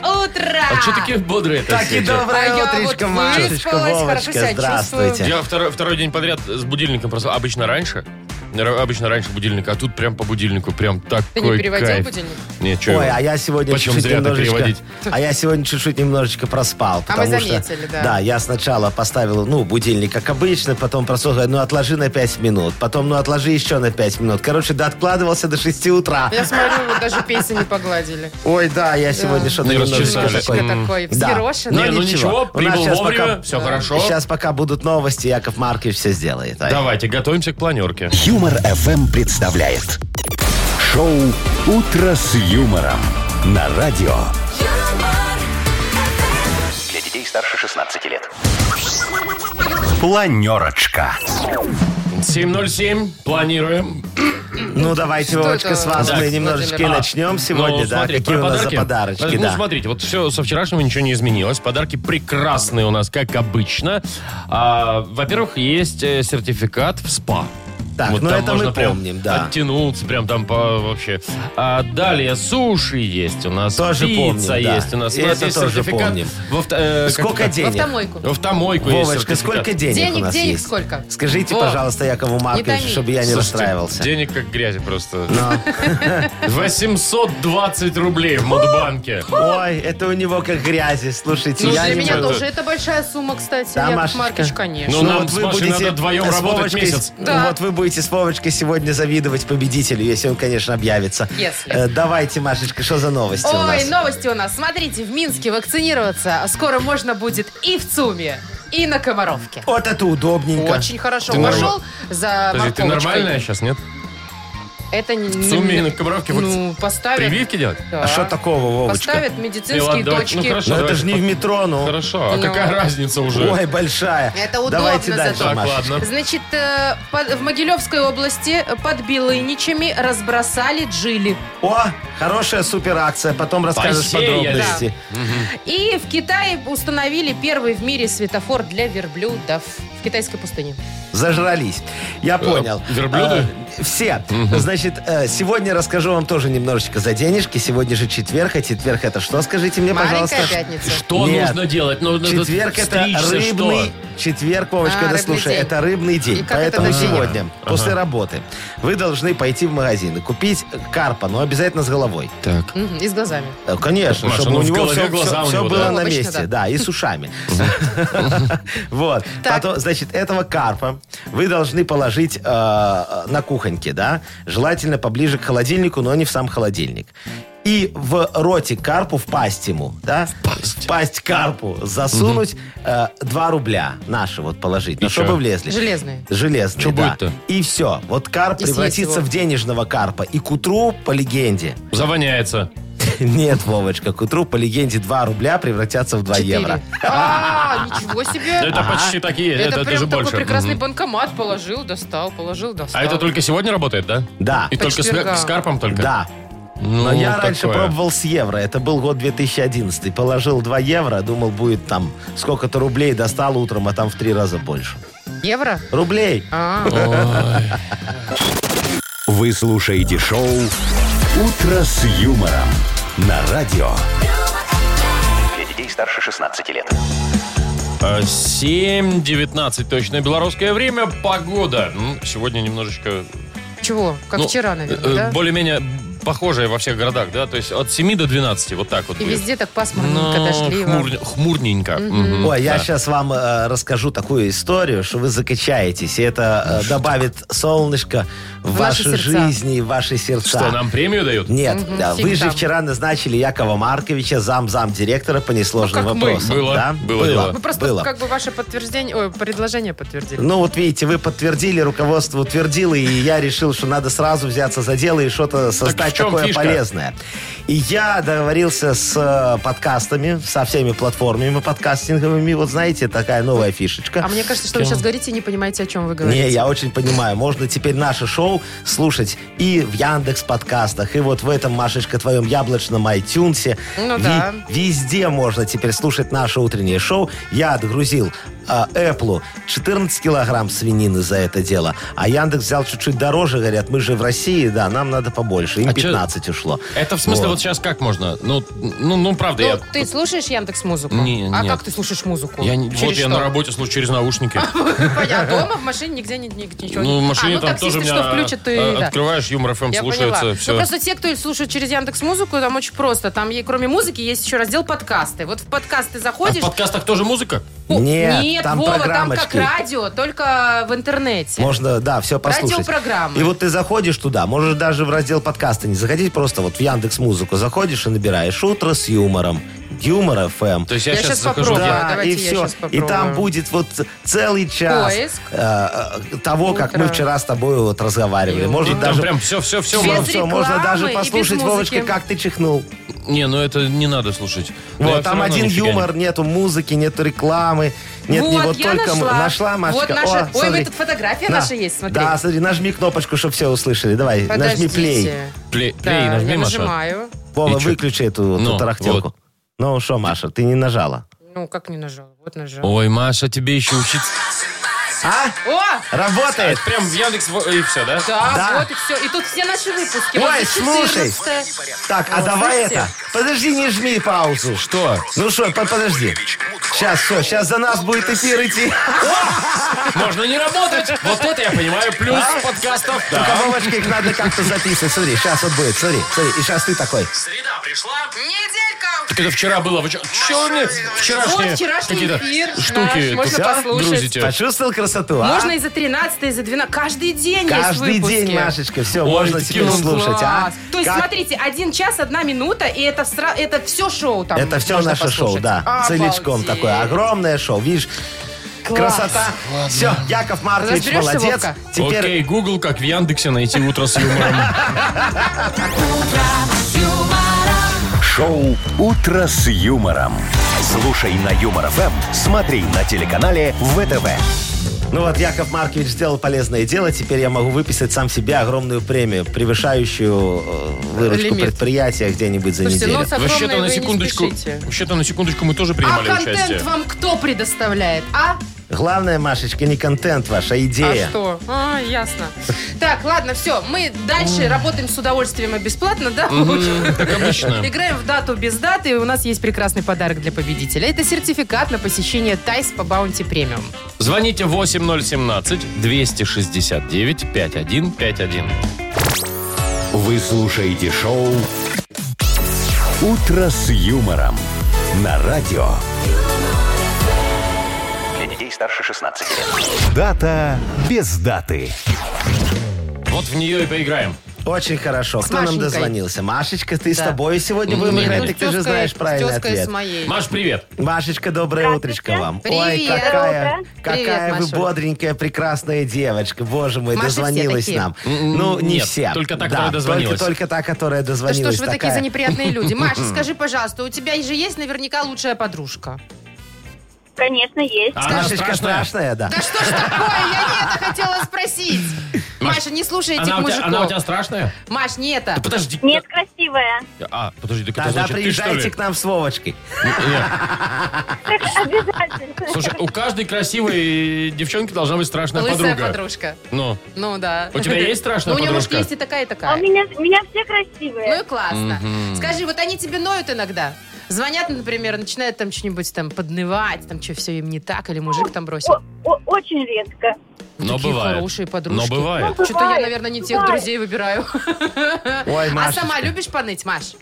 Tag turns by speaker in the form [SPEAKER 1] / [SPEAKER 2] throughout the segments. [SPEAKER 1] утро!
[SPEAKER 2] А что такие бодрые то
[SPEAKER 3] Так и доброе
[SPEAKER 1] А я
[SPEAKER 3] утречко,
[SPEAKER 1] вот
[SPEAKER 3] Машечка,
[SPEAKER 1] выспалась, хорошо
[SPEAKER 3] Вовочка,
[SPEAKER 1] себя
[SPEAKER 3] здравствуйте.
[SPEAKER 2] Я второй, второй день подряд с будильником просто обычно раньше. р- Обычно раньше будильника, а тут прям по будильнику, прям такой
[SPEAKER 1] Ты не переводил
[SPEAKER 2] кайф.
[SPEAKER 1] будильник?
[SPEAKER 2] Нет, чё
[SPEAKER 3] Ой,
[SPEAKER 2] его.
[SPEAKER 3] а я сегодня
[SPEAKER 2] Почем
[SPEAKER 3] чуть-чуть
[SPEAKER 2] зря-то
[SPEAKER 3] немножечко...
[SPEAKER 2] переводить?
[SPEAKER 3] А я сегодня чуть-чуть немножечко
[SPEAKER 1] А
[SPEAKER 3] проспал.
[SPEAKER 1] мы
[SPEAKER 3] потому что-
[SPEAKER 1] заметили, да.
[SPEAKER 3] Да, я сначала поставил, ну, будильник, как обычно, потом проснулся, говорю, ну, отложи на 5 минут, потом, ну, отложи еще на 5 минут. Короче, да, откладывался до 6 утра.
[SPEAKER 1] Я смотрю, вот даже песни не погладили.
[SPEAKER 3] Ой, да, я сегодня что-то
[SPEAKER 2] Не
[SPEAKER 3] немножечко
[SPEAKER 2] расчесались.
[SPEAKER 3] такой...
[SPEAKER 1] Немножечко такой
[SPEAKER 3] Да.
[SPEAKER 1] взъерошенный.
[SPEAKER 2] Не, ну ничего,
[SPEAKER 3] У нас
[SPEAKER 2] прибыл
[SPEAKER 3] сейчас
[SPEAKER 2] вовремя,
[SPEAKER 3] пока-
[SPEAKER 2] все хорошо.
[SPEAKER 3] Сейчас пока будут новости, Яков Маркович все сделает. Ай.
[SPEAKER 2] Давайте, готовимся к планерке.
[SPEAKER 4] Юмор ФМ представляет. Шоу «Утро с юмором» на радио. Для детей старше 16 лет. Планерочка.
[SPEAKER 2] 7.07, планируем.
[SPEAKER 3] Ну, давайте, Вовочка,
[SPEAKER 1] это?
[SPEAKER 3] с вас
[SPEAKER 2] Так, а,
[SPEAKER 3] мы немножечко и
[SPEAKER 1] Владимир.
[SPEAKER 3] начнем сегодня,
[SPEAKER 2] Ну,
[SPEAKER 3] да,
[SPEAKER 2] смотри,
[SPEAKER 3] какие
[SPEAKER 2] про
[SPEAKER 3] у нас
[SPEAKER 2] подарки.
[SPEAKER 3] за подарочки,
[SPEAKER 2] Ну,
[SPEAKER 3] да.
[SPEAKER 2] смотрите, вот все со вчерашнего ничего не изменилось. Подарки прекрасные у нас, как обычно. А, во-первых, есть э, сертификат в СПА.
[SPEAKER 3] Так, ну
[SPEAKER 2] там
[SPEAKER 3] это
[SPEAKER 2] можно
[SPEAKER 3] мы
[SPEAKER 2] прям
[SPEAKER 3] помним, да.
[SPEAKER 2] Оттянуться прям там по, вообще. А далее суши есть у нас,
[SPEAKER 3] Тоже
[SPEAKER 2] пицца
[SPEAKER 3] помним, да.
[SPEAKER 2] есть у нас.
[SPEAKER 3] И
[SPEAKER 2] у нас
[SPEAKER 3] это
[SPEAKER 2] есть
[SPEAKER 3] тоже
[SPEAKER 2] сертификат
[SPEAKER 3] помним.
[SPEAKER 2] в авто- э,
[SPEAKER 3] Сколько
[SPEAKER 2] как-то-
[SPEAKER 1] В
[SPEAKER 3] денег?
[SPEAKER 1] автомойку.
[SPEAKER 2] В автомойку есть
[SPEAKER 3] Вовочка,
[SPEAKER 2] сертификат.
[SPEAKER 3] сколько денег, у
[SPEAKER 1] Денег,
[SPEAKER 3] нас
[SPEAKER 1] денег
[SPEAKER 3] есть?
[SPEAKER 1] сколько?
[SPEAKER 3] Скажите,
[SPEAKER 1] Во.
[SPEAKER 3] пожалуйста, Якову Марковичу,
[SPEAKER 1] томи.
[SPEAKER 3] чтобы я не
[SPEAKER 2] Слушайте,
[SPEAKER 3] расстраивался. Ну.
[SPEAKER 2] Денег как грязи просто. 820 рублей в Модбанке.
[SPEAKER 3] Ой, это у него как грязи. Слушайте,
[SPEAKER 1] Ну,
[SPEAKER 3] я
[SPEAKER 1] для
[SPEAKER 3] не
[SPEAKER 1] меня
[SPEAKER 2] понимаю.
[SPEAKER 3] могу.
[SPEAKER 1] тоже. Это большая сумма, кстати.
[SPEAKER 3] Да,
[SPEAKER 1] Яков
[SPEAKER 3] Машечка?
[SPEAKER 1] Маркович,
[SPEAKER 2] Ну,
[SPEAKER 1] конечно.
[SPEAKER 2] нам с Машей надо вдвоем
[SPEAKER 3] с
[SPEAKER 2] работать
[SPEAKER 3] Вовочкой-
[SPEAKER 2] месяц.
[SPEAKER 1] Да.
[SPEAKER 3] Вот вы будете с Вовочкой сегодня завидовать победителю, если он, конечно, объявится.
[SPEAKER 1] Если.
[SPEAKER 3] Э, давайте, Машечка, что за новости у
[SPEAKER 1] Ой, ну,
[SPEAKER 3] нас?
[SPEAKER 1] новости у нас. Смотрите, в Минске вакцинироваться скоро можно будет и в ЦУМе, и на Комаровке.
[SPEAKER 3] Вот это удобненько.
[SPEAKER 1] Очень хорошо.
[SPEAKER 2] Ты
[SPEAKER 1] Пошел за
[SPEAKER 2] Подожди, ты
[SPEAKER 1] морковочкой.
[SPEAKER 2] нормальная сейчас, нет?
[SPEAKER 1] Это не...
[SPEAKER 2] В сумме и на Комаровке
[SPEAKER 1] Ну, поставят...
[SPEAKER 2] Прививки делать?
[SPEAKER 1] Да.
[SPEAKER 3] А что такого, Вовочка?
[SPEAKER 1] Поставят
[SPEAKER 2] Ну,
[SPEAKER 1] медицинские
[SPEAKER 2] ладно, давай.
[SPEAKER 1] точки.
[SPEAKER 2] Ну, хорошо.
[SPEAKER 3] Ну, это
[SPEAKER 2] давайте
[SPEAKER 3] же не в метро, ну.
[SPEAKER 2] Хорошо, а
[SPEAKER 1] Ну.
[SPEAKER 2] какая разница уже?
[SPEAKER 3] Ой, большая.
[SPEAKER 1] Это удобно
[SPEAKER 3] Давайте дальше,
[SPEAKER 1] зато.
[SPEAKER 2] так,
[SPEAKER 3] Машечка.
[SPEAKER 2] ладно.
[SPEAKER 1] Значит, э, под- в Могилевской области под Белыничами разбросали джили.
[SPEAKER 3] О, хорошая суперакция. Потом расскажешь
[SPEAKER 2] Посеяли.
[SPEAKER 3] подробности.
[SPEAKER 1] И в Китае установили первый в мире светофор для верблюдов в китайской пустыне.
[SPEAKER 3] Зажрались. Я понял.
[SPEAKER 2] Э, верблюды?
[SPEAKER 3] Э, все. Значит, э, сегодня расскажу вам тоже немножечко за денежки. Сегодня же четверг, а четверг это что? Скажите мне,
[SPEAKER 1] Маленькая
[SPEAKER 3] пожалуйста.
[SPEAKER 1] пятница.
[SPEAKER 2] Что
[SPEAKER 3] Нет.
[SPEAKER 2] нужно делать? Нужно
[SPEAKER 3] Четверг это
[SPEAKER 2] Ну, стричься,
[SPEAKER 3] рыбный...
[SPEAKER 2] что?
[SPEAKER 3] Четверг, Вовочка,
[SPEAKER 1] А,
[SPEAKER 3] да
[SPEAKER 1] рыбный
[SPEAKER 3] слушай,
[SPEAKER 1] день.
[SPEAKER 3] это рыбный
[SPEAKER 1] И
[SPEAKER 3] день.
[SPEAKER 1] как это
[SPEAKER 3] Поэтому
[SPEAKER 1] до денег?
[SPEAKER 3] сегодня, после работы, вы должны пойти в магазин и купить карпа, но обязательно с головой.
[SPEAKER 2] Так.
[SPEAKER 1] Мгм, И с глазами.
[SPEAKER 3] Э, Конечно,
[SPEAKER 2] Маша,
[SPEAKER 3] чтобы
[SPEAKER 2] ну,
[SPEAKER 3] у
[SPEAKER 2] в
[SPEAKER 3] него
[SPEAKER 2] голове
[SPEAKER 3] все,
[SPEAKER 2] глаза у него,
[SPEAKER 3] было
[SPEAKER 2] да.
[SPEAKER 1] Ну,
[SPEAKER 3] на
[SPEAKER 1] обычно,
[SPEAKER 3] месте,
[SPEAKER 1] да.
[SPEAKER 3] да, и с ушами. Вот.
[SPEAKER 1] Так.
[SPEAKER 3] Потом, значит, этого карпа вы должны положить э, на кухоньке, да, желательно поближе к холодильнику, но не в сам холодильник. И в роте карпу, в пасть ему, да, в пасть, карпу засунуть э, 2 рубля наши вот положить, ну,
[SPEAKER 2] чё?
[SPEAKER 3] чтобы влезли.
[SPEAKER 1] Железные.
[SPEAKER 3] Железные,
[SPEAKER 2] Чё
[SPEAKER 3] да.
[SPEAKER 2] будет-то?
[SPEAKER 3] И все. Вот карп
[SPEAKER 1] И съесть
[SPEAKER 3] превратится
[SPEAKER 1] его.
[SPEAKER 3] в денежного карпа. И к утру, по легенде,
[SPEAKER 2] Завоняется.
[SPEAKER 3] нет, Вовочка, к утру по легенде 2 рубля превратятся в 2
[SPEAKER 1] Четыре.
[SPEAKER 3] евро.
[SPEAKER 1] А, ничего
[SPEAKER 2] Да
[SPEAKER 1] себе.
[SPEAKER 2] Это почти так и есть. Это,
[SPEAKER 1] Это
[SPEAKER 2] это же
[SPEAKER 1] прям такой
[SPEAKER 2] больше.
[SPEAKER 1] прекрасный
[SPEAKER 2] Мгм.
[SPEAKER 1] банкомат. Положил, достал, положил, достал.
[SPEAKER 2] А это только сегодня работает, да?
[SPEAKER 3] Да,
[SPEAKER 2] И
[SPEAKER 1] По
[SPEAKER 2] только с,
[SPEAKER 1] четвергам.
[SPEAKER 2] с карпом только?
[SPEAKER 3] да.
[SPEAKER 2] Ну,
[SPEAKER 3] Но я раньше
[SPEAKER 2] такое.
[SPEAKER 3] пробовал с евро. Это был год 2011. Положил 2 евро, думал, будет там сколько-то рублей, достал утром, а там в три раза больше.
[SPEAKER 1] Евро?
[SPEAKER 3] Рублей.
[SPEAKER 1] А,
[SPEAKER 2] Ну.
[SPEAKER 4] Вы слушаете шоу «Утро с юмором» на радио. Для детей старше 16 лет.
[SPEAKER 2] А, 7.19 точное белорусское время. Погода. М, Сегодня немножечко...
[SPEAKER 1] чего? Как
[SPEAKER 2] ну,
[SPEAKER 1] вчера,
[SPEAKER 2] э,
[SPEAKER 1] наверное, да?
[SPEAKER 2] Более-менее похожая во всех городах, да? То есть от 7 до 12, вот так вот.
[SPEAKER 1] И
[SPEAKER 2] будет.
[SPEAKER 1] везде так
[SPEAKER 2] Ну,
[SPEAKER 1] пасмурненько, дождливо.
[SPEAKER 2] хмурня- хмурненько. Мгм.
[SPEAKER 3] Ой, я
[SPEAKER 2] Да.
[SPEAKER 3] сейчас вам э, расскажу такую историю, что вы закачаетесь, и это э, добавит солнышко в,
[SPEAKER 1] В наши
[SPEAKER 3] ваши
[SPEAKER 1] сердца.
[SPEAKER 3] жизни, в ваши сердца.
[SPEAKER 2] Что, нам премию дают?
[SPEAKER 3] Нет,
[SPEAKER 1] Мгм,
[SPEAKER 3] да, вы
[SPEAKER 1] фиг
[SPEAKER 3] же
[SPEAKER 1] там.
[SPEAKER 3] вчера назначили Якова Марковича зам-зам директора по несложным
[SPEAKER 1] Ну, как мы.
[SPEAKER 3] вопросам.
[SPEAKER 2] Было,
[SPEAKER 3] да?
[SPEAKER 2] было дело.
[SPEAKER 1] Вы Ну, просто
[SPEAKER 3] было.
[SPEAKER 1] как бы ваше подтверждение, ой, предложение подтвердили.
[SPEAKER 3] Ну вот видите, вы подтвердили, руководство утвердило, и я решил, что надо сразу взяться за дело и что-то создать
[SPEAKER 2] в чем
[SPEAKER 3] такое
[SPEAKER 2] фишка?
[SPEAKER 3] полезное. И я договорился с э, подкастами, со всеми платформами подкастинговыми. Вот знаете, такая новая фишечка.
[SPEAKER 1] А мне кажется, что вы сейчас говорите и не понимаете, о чем вы говорите.
[SPEAKER 3] Не, я очень понимаю. Можно теперь наше шоу слушать и в Яндекс подкастах, и вот в этом, Машечка, твоем яблочном iTunes.
[SPEAKER 1] Ну да.
[SPEAKER 3] Везде можно теперь слушать наше утреннее шоу. Я отгрузил а, Apple 14 килограмм свинины за это дело, а Яндекс взял чуть-чуть дороже, говорят, мы же в России, да, нам надо побольше. Им
[SPEAKER 2] А чё-
[SPEAKER 3] 15 ушло.
[SPEAKER 2] Это в смысле вот. сейчас как можно? Ну, ну, ну правда,
[SPEAKER 1] Ну,
[SPEAKER 2] я...
[SPEAKER 1] ты слушаешь Яндекс Музыку?
[SPEAKER 2] Не,
[SPEAKER 1] а
[SPEAKER 2] нет.
[SPEAKER 1] как ты слушаешь музыку?
[SPEAKER 2] я не-
[SPEAKER 1] Ну, Через
[SPEAKER 2] вот я
[SPEAKER 1] что?
[SPEAKER 2] на работе слушаю через наушники.
[SPEAKER 1] Понятно. А дома в машине нигде ни- ни- ничего.
[SPEAKER 2] Ну, в
[SPEAKER 1] не-
[SPEAKER 2] машине
[SPEAKER 1] а, ну,
[SPEAKER 2] там тоже
[SPEAKER 1] таксисты
[SPEAKER 2] у меня...
[SPEAKER 1] что включат, ты...
[SPEAKER 2] э,
[SPEAKER 1] да.
[SPEAKER 2] Открываешь, Юмор ФМ
[SPEAKER 1] Я
[SPEAKER 2] слушается, А
[SPEAKER 1] поняла.
[SPEAKER 2] все.
[SPEAKER 1] Ну, просто те, кто слушают через Яндекс Музыку, там очень просто. Там, е- кроме музыки, есть еще раздел подкасты. Вот в подкаст ты
[SPEAKER 2] А
[SPEAKER 1] заходишь...
[SPEAKER 2] в подкастах тоже музыка?
[SPEAKER 1] О,
[SPEAKER 3] Нет, там
[SPEAKER 1] Вова, там
[SPEAKER 3] программочки.
[SPEAKER 1] как радио, только в интернете.
[SPEAKER 3] Можно, да, все послушать.
[SPEAKER 1] Радиопрограммы.
[SPEAKER 3] И вот ты заходишь туда, можешь даже в раздел подкаста не заходить, просто вот в Яндекс Музыку заходишь и набираешь «Утро с юмором», «Юмор ФМ».
[SPEAKER 2] То есть я,
[SPEAKER 1] Я
[SPEAKER 2] сейчас
[SPEAKER 1] щас
[SPEAKER 2] захожу...
[SPEAKER 1] попробую.
[SPEAKER 2] в-
[SPEAKER 3] Да,
[SPEAKER 1] давайте
[SPEAKER 3] и
[SPEAKER 1] я
[SPEAKER 3] все.
[SPEAKER 1] щас
[SPEAKER 3] И
[SPEAKER 1] попробую.
[SPEAKER 3] там будет вот целый час
[SPEAKER 1] Поиск.
[SPEAKER 3] э, э, того, как мы
[SPEAKER 1] Утро.
[SPEAKER 3] вчера с тобой вот разговаривали. Может
[SPEAKER 2] Там
[SPEAKER 3] даже...
[SPEAKER 2] прям все-все-все.
[SPEAKER 1] Без
[SPEAKER 3] Всё, всё, можно
[SPEAKER 1] рекламы и
[SPEAKER 3] даже
[SPEAKER 1] без
[SPEAKER 3] послушать,
[SPEAKER 1] музыки.
[SPEAKER 3] Вовочка, как ты чихнул.
[SPEAKER 2] Не, ну это не надо слушать. Да я
[SPEAKER 3] вот,
[SPEAKER 2] всё
[SPEAKER 3] там
[SPEAKER 2] равно
[SPEAKER 3] один
[SPEAKER 2] нифига не-
[SPEAKER 3] юмор, нету музыки, нету рекламы. Нет,
[SPEAKER 1] вот,
[SPEAKER 3] не вот
[SPEAKER 1] я
[SPEAKER 3] только... м-
[SPEAKER 1] нашла.
[SPEAKER 3] нашла Машечка?
[SPEAKER 1] Вот наша...
[SPEAKER 3] О,
[SPEAKER 1] Ой,
[SPEAKER 3] смотри.
[SPEAKER 1] вы тут фотография
[SPEAKER 3] На.
[SPEAKER 1] наша есть, смотри.
[SPEAKER 3] Да, смотри, нажми кнопочку, чтобы все услышали. Давай, нажми плей.
[SPEAKER 1] Подождите.
[SPEAKER 2] Плей, плей,
[SPEAKER 1] Да,
[SPEAKER 2] нажми,
[SPEAKER 1] я
[SPEAKER 2] Маша.
[SPEAKER 1] нажимаю.
[SPEAKER 3] Вова,
[SPEAKER 2] И чё?
[SPEAKER 3] выключи эту, вот
[SPEAKER 2] Ну,
[SPEAKER 3] эту тарахтелку.
[SPEAKER 2] вот.
[SPEAKER 3] Ну что, Маша, ты не нажала.
[SPEAKER 1] Ну, как не нажал? Вот нажал.
[SPEAKER 2] Ой, Маша, тебе еще учиться.
[SPEAKER 3] А?
[SPEAKER 1] О!
[SPEAKER 3] Работает!
[SPEAKER 2] Прям в Яндекс во- и все, да?
[SPEAKER 1] Да,
[SPEAKER 3] Да.
[SPEAKER 1] вот и все. И тут все наши выпуски.
[SPEAKER 3] Ой,
[SPEAKER 1] Вот и
[SPEAKER 3] слушай.
[SPEAKER 1] 14-е.
[SPEAKER 3] Так, а
[SPEAKER 1] Вот,
[SPEAKER 3] давай
[SPEAKER 1] слышите?
[SPEAKER 3] это. Подожди, не жми паузу.
[SPEAKER 2] Что?
[SPEAKER 3] Ну что, подожди. Сейчас, все, сейчас за нас будет эфир идти.
[SPEAKER 2] Можно не работать. Вот это я понимаю. Плюс подкастов.
[SPEAKER 3] Только, Вовочка, их надо как-то записывать. Смотри, сейчас вот будет, смотри, смотри. И сейчас ты такой.
[SPEAKER 2] Среда пришла.
[SPEAKER 1] Неделька!
[SPEAKER 2] Так это вчера было. Вы чё- чё мне вчерашние,
[SPEAKER 1] Вот вчерашний
[SPEAKER 2] какие-то
[SPEAKER 1] эфир
[SPEAKER 2] штуки
[SPEAKER 1] наш, можно
[SPEAKER 2] тут
[SPEAKER 1] послушать.
[SPEAKER 2] грузите?
[SPEAKER 3] Почувствовал красоту, а?
[SPEAKER 1] Можно и за 13 и за 12 Каждый день
[SPEAKER 3] Каждый
[SPEAKER 1] есть выпуски.
[SPEAKER 3] день, Машечка, все,
[SPEAKER 2] Ой,
[SPEAKER 3] можно
[SPEAKER 2] такие
[SPEAKER 3] теперь
[SPEAKER 2] ну,
[SPEAKER 3] слушать, а?
[SPEAKER 1] Класс. То есть,
[SPEAKER 3] Как-
[SPEAKER 1] смотрите, один час, одна минута, и это, всра- это все шоу там.
[SPEAKER 3] Это все
[SPEAKER 1] можно
[SPEAKER 3] наше шоу,
[SPEAKER 1] послушать.
[SPEAKER 3] да.
[SPEAKER 1] Обалдеть.
[SPEAKER 3] Целичком такое. Огромное шоу. Видишь,
[SPEAKER 1] Класс.
[SPEAKER 3] красота. Все, Яков Маркович
[SPEAKER 1] Разберешься,
[SPEAKER 3] молодец.
[SPEAKER 1] Вовка?
[SPEAKER 3] Теперь
[SPEAKER 2] Окей, Google, как в Яндексе найти утро с юмором.
[SPEAKER 4] Шоу «Утро с юмором». Слушай на Юмор ФМ, смотри на телеканале ВТВ.
[SPEAKER 3] Ну вот, Яков Маркович сделал полезное дело. Теперь я могу выписать сам себе огромную премию, превышающую э, выручку
[SPEAKER 1] Лимит.
[SPEAKER 3] предприятия где-нибудь за
[SPEAKER 1] Слушайте,
[SPEAKER 3] неделю.
[SPEAKER 1] ну, с огромной
[SPEAKER 2] Вообще-то на
[SPEAKER 1] вы не
[SPEAKER 2] секундочку,
[SPEAKER 1] спешите.
[SPEAKER 2] вообще-то на секундочку мы тоже
[SPEAKER 1] А
[SPEAKER 2] принимали участие.
[SPEAKER 1] контент вам кто предоставляет? А?
[SPEAKER 3] Главное, Машечка, не контент ваш, а идея.
[SPEAKER 1] А что? А, ясно. Так, ладно, все. Мы дальше работаем с удовольствием и бесплатно, да?
[SPEAKER 2] М, Как обычно.
[SPEAKER 1] Играем в дату без даты, и у нас есть прекрасный подарок для победителя. Это сертификат на посещение Тайс по Баунти Премиум.
[SPEAKER 2] Звоните 8017-269-5151.
[SPEAKER 4] Вы слушаете шоу «Утро с юмором» на радио. Для детей старше 16 лет. Дата без даты.
[SPEAKER 2] Вот в нее и поиграем.
[SPEAKER 3] Очень хорошо.
[SPEAKER 1] С
[SPEAKER 3] Кто нам
[SPEAKER 1] Машенькой.
[SPEAKER 3] дозвонился? Машечка, ты с
[SPEAKER 1] Да. М-м-м.
[SPEAKER 3] тобой сегодня будем
[SPEAKER 2] Нет,
[SPEAKER 3] играть,
[SPEAKER 2] ну,
[SPEAKER 3] так ты же знаешь правильный ответ.
[SPEAKER 1] с моей.
[SPEAKER 2] Маш, привет.
[SPEAKER 3] Машечка, доброе утречко вам. Ой,
[SPEAKER 1] Привет.
[SPEAKER 3] какая,
[SPEAKER 5] Доброе утро.
[SPEAKER 3] какая
[SPEAKER 1] Привет,
[SPEAKER 3] вы
[SPEAKER 1] Машуль.
[SPEAKER 3] бодренькая, прекрасная девочка. Боже мой,
[SPEAKER 1] Маши все
[SPEAKER 3] дозвонилась
[SPEAKER 1] такие.
[SPEAKER 3] нам.
[SPEAKER 2] М,
[SPEAKER 3] Ну, не
[SPEAKER 2] нет,
[SPEAKER 3] все.
[SPEAKER 2] только та,
[SPEAKER 3] Да,
[SPEAKER 2] которая дозвонилась.
[SPEAKER 3] Только, только та, которая
[SPEAKER 1] Да
[SPEAKER 3] дозвонилась.
[SPEAKER 1] что ж вы такие
[SPEAKER 3] такая.
[SPEAKER 1] за неприятные люди. Маша, скажи, пожалуйста, у тебя же есть наверняка лучшая подружка.
[SPEAKER 5] Конечно, есть.
[SPEAKER 2] А она
[SPEAKER 3] Машечка
[SPEAKER 2] страшная?
[SPEAKER 3] страшная, да.
[SPEAKER 1] Да что ж такое? Я не это хотела спросить. Маша, не слушай этих
[SPEAKER 2] Она у, тебя, она у тебя
[SPEAKER 1] мужиков. А
[SPEAKER 2] страшная?
[SPEAKER 1] Маш, не
[SPEAKER 2] Да
[SPEAKER 1] это.
[SPEAKER 2] подожди.
[SPEAKER 5] Нет, красивая.
[SPEAKER 2] А, подожди, так это
[SPEAKER 3] Тогда
[SPEAKER 2] значит, ты, что
[SPEAKER 3] приезжайте
[SPEAKER 2] ли?
[SPEAKER 3] к нам с Вовочкой.
[SPEAKER 2] Нет.
[SPEAKER 5] Обязательно.
[SPEAKER 2] Слушай, у каждой красивой девчонки должна быть страшная
[SPEAKER 1] Лысая
[SPEAKER 2] подруга.
[SPEAKER 1] подружка.
[SPEAKER 2] Ну,
[SPEAKER 1] Ну да.
[SPEAKER 2] У тебя есть страшная
[SPEAKER 1] Ну, у нее, может,
[SPEAKER 2] подружка?
[SPEAKER 1] есть и такая, и
[SPEAKER 5] А у
[SPEAKER 1] такая.
[SPEAKER 5] меня, у меня все
[SPEAKER 1] Ну и
[SPEAKER 5] красивые.
[SPEAKER 1] классно. Скажи, вот они тебе ноют иногда? Звонят, например, начинают там что-нибудь там поднывать, там что все им не так, или мужик там бросил.
[SPEAKER 5] О- о- очень редко.
[SPEAKER 2] но
[SPEAKER 1] Такие
[SPEAKER 2] бывает.
[SPEAKER 1] хорошие подружки.
[SPEAKER 2] Но бывает.
[SPEAKER 5] Ну,
[SPEAKER 1] Что-то я,
[SPEAKER 5] Бывает,
[SPEAKER 1] наверное, не тех
[SPEAKER 5] бывает.
[SPEAKER 1] друзей выбираю.
[SPEAKER 3] Ой,
[SPEAKER 1] А
[SPEAKER 3] Машечка.
[SPEAKER 1] сама любишь поныть, Маш?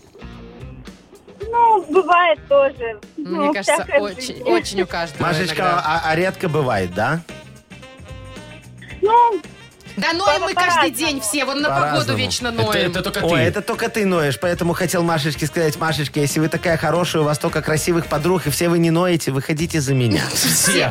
[SPEAKER 5] Ну, бывает тоже.
[SPEAKER 1] Ну,
[SPEAKER 5] Ну,
[SPEAKER 1] Мне кажется,
[SPEAKER 5] всякая
[SPEAKER 1] очень,
[SPEAKER 5] жизнь.
[SPEAKER 1] очень у каждого
[SPEAKER 2] а
[SPEAKER 3] Машечка,
[SPEAKER 1] иногда.
[SPEAKER 3] а, а редко бывает, да?
[SPEAKER 5] Ну,
[SPEAKER 1] Да ноем мы каждый
[SPEAKER 5] По-разному.
[SPEAKER 1] день все, вон на
[SPEAKER 3] По-разному.
[SPEAKER 1] погоду вечно
[SPEAKER 2] Это,
[SPEAKER 1] ноем.
[SPEAKER 2] это только ты.
[SPEAKER 3] Ой, это только ты ноешь, поэтому хотел Машечке сказать, Машечка, если вы такая хорошая, у вас только красивых подруг, и все вы не ноете, выходите за меня.
[SPEAKER 2] Все.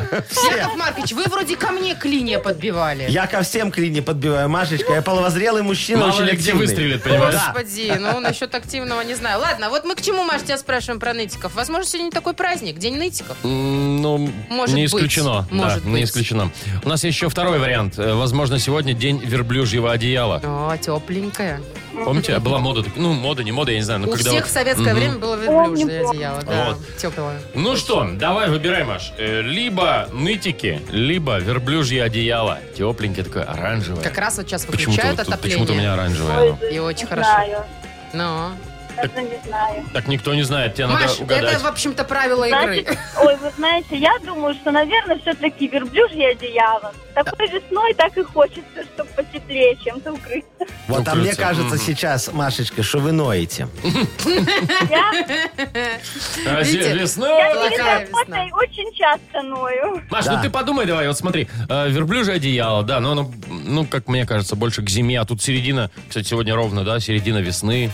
[SPEAKER 1] Яков Маркович, вы вроде ко мне клинья подбивали.
[SPEAKER 3] Я ко всем клини подбиваю, Машечка, я половозрелый мужчина,
[SPEAKER 2] Мало
[SPEAKER 3] очень
[SPEAKER 2] ли где
[SPEAKER 3] активный.
[SPEAKER 2] выстрелит, понимаешь?
[SPEAKER 3] Да.
[SPEAKER 1] Господи, ну насчет активного не знаю. Ладно, вот мы к чему, Маш, тебя спрашиваем про нытиков. Возможно, сегодня такой праздник, День нытиков.
[SPEAKER 2] М, Ну,
[SPEAKER 1] Может
[SPEAKER 2] не
[SPEAKER 1] быть.
[SPEAKER 2] исключено. Да,
[SPEAKER 1] Может
[SPEAKER 2] не
[SPEAKER 1] быть.
[SPEAKER 2] исключено. У нас еще второй вариант. Э, Возможно, сегодня день верблюжьего одеяла.
[SPEAKER 1] О, тепленькая.
[SPEAKER 2] Помните, была мода, так- ну, мода, не мода, я не знаю. Но
[SPEAKER 1] У
[SPEAKER 2] когда
[SPEAKER 1] всех
[SPEAKER 2] вот-
[SPEAKER 1] в советское
[SPEAKER 2] Мгм.
[SPEAKER 1] время было верблюжье
[SPEAKER 5] Помню, помню.
[SPEAKER 1] одеяло, да,
[SPEAKER 2] Вот.
[SPEAKER 1] теплое.
[SPEAKER 2] Ну что, давай выбирай, Маш. Э, Либо нытики, либо верблюжье одеяло. Тепленькое такое, оранжевое.
[SPEAKER 1] Как раз вот сейчас
[SPEAKER 2] Почему-то
[SPEAKER 1] выключают
[SPEAKER 2] вот тут-
[SPEAKER 1] отопление.
[SPEAKER 2] почему-то у меня оранжевое.
[SPEAKER 5] Ой,
[SPEAKER 2] оно.
[SPEAKER 5] блин,
[SPEAKER 1] И очень
[SPEAKER 5] не
[SPEAKER 1] хорошо.
[SPEAKER 5] Знаю.
[SPEAKER 1] Ну.
[SPEAKER 5] Даже не знаю.
[SPEAKER 2] Так никто не знает, тебе
[SPEAKER 1] Маш,
[SPEAKER 2] надо угадать.
[SPEAKER 1] это, в общем-то, правило игры.
[SPEAKER 5] Значит, ой, вы знаете, я думаю, что, наверное, все-таки верблюжье одеяло. Такой весной так и хочется, чтобы потеплее чем-то укрыться.
[SPEAKER 3] Вот, а мне
[SPEAKER 2] Укрыться.
[SPEAKER 3] кажется
[SPEAKER 2] Мгм.
[SPEAKER 3] сейчас, Машечка, что вы ноете.
[SPEAKER 5] Я,
[SPEAKER 2] А, зе-
[SPEAKER 1] видите?
[SPEAKER 2] Весна!
[SPEAKER 5] я
[SPEAKER 1] Плохая
[SPEAKER 5] перед работой очень часто ною.
[SPEAKER 2] Маш,
[SPEAKER 3] Да.
[SPEAKER 2] ну ты подумай давай, вот смотри, э, верблюжье одеяло, да, но оно, ну, как мне кажется, больше к зиме, а тут середина, кстати, сегодня ровно, да, середина весны.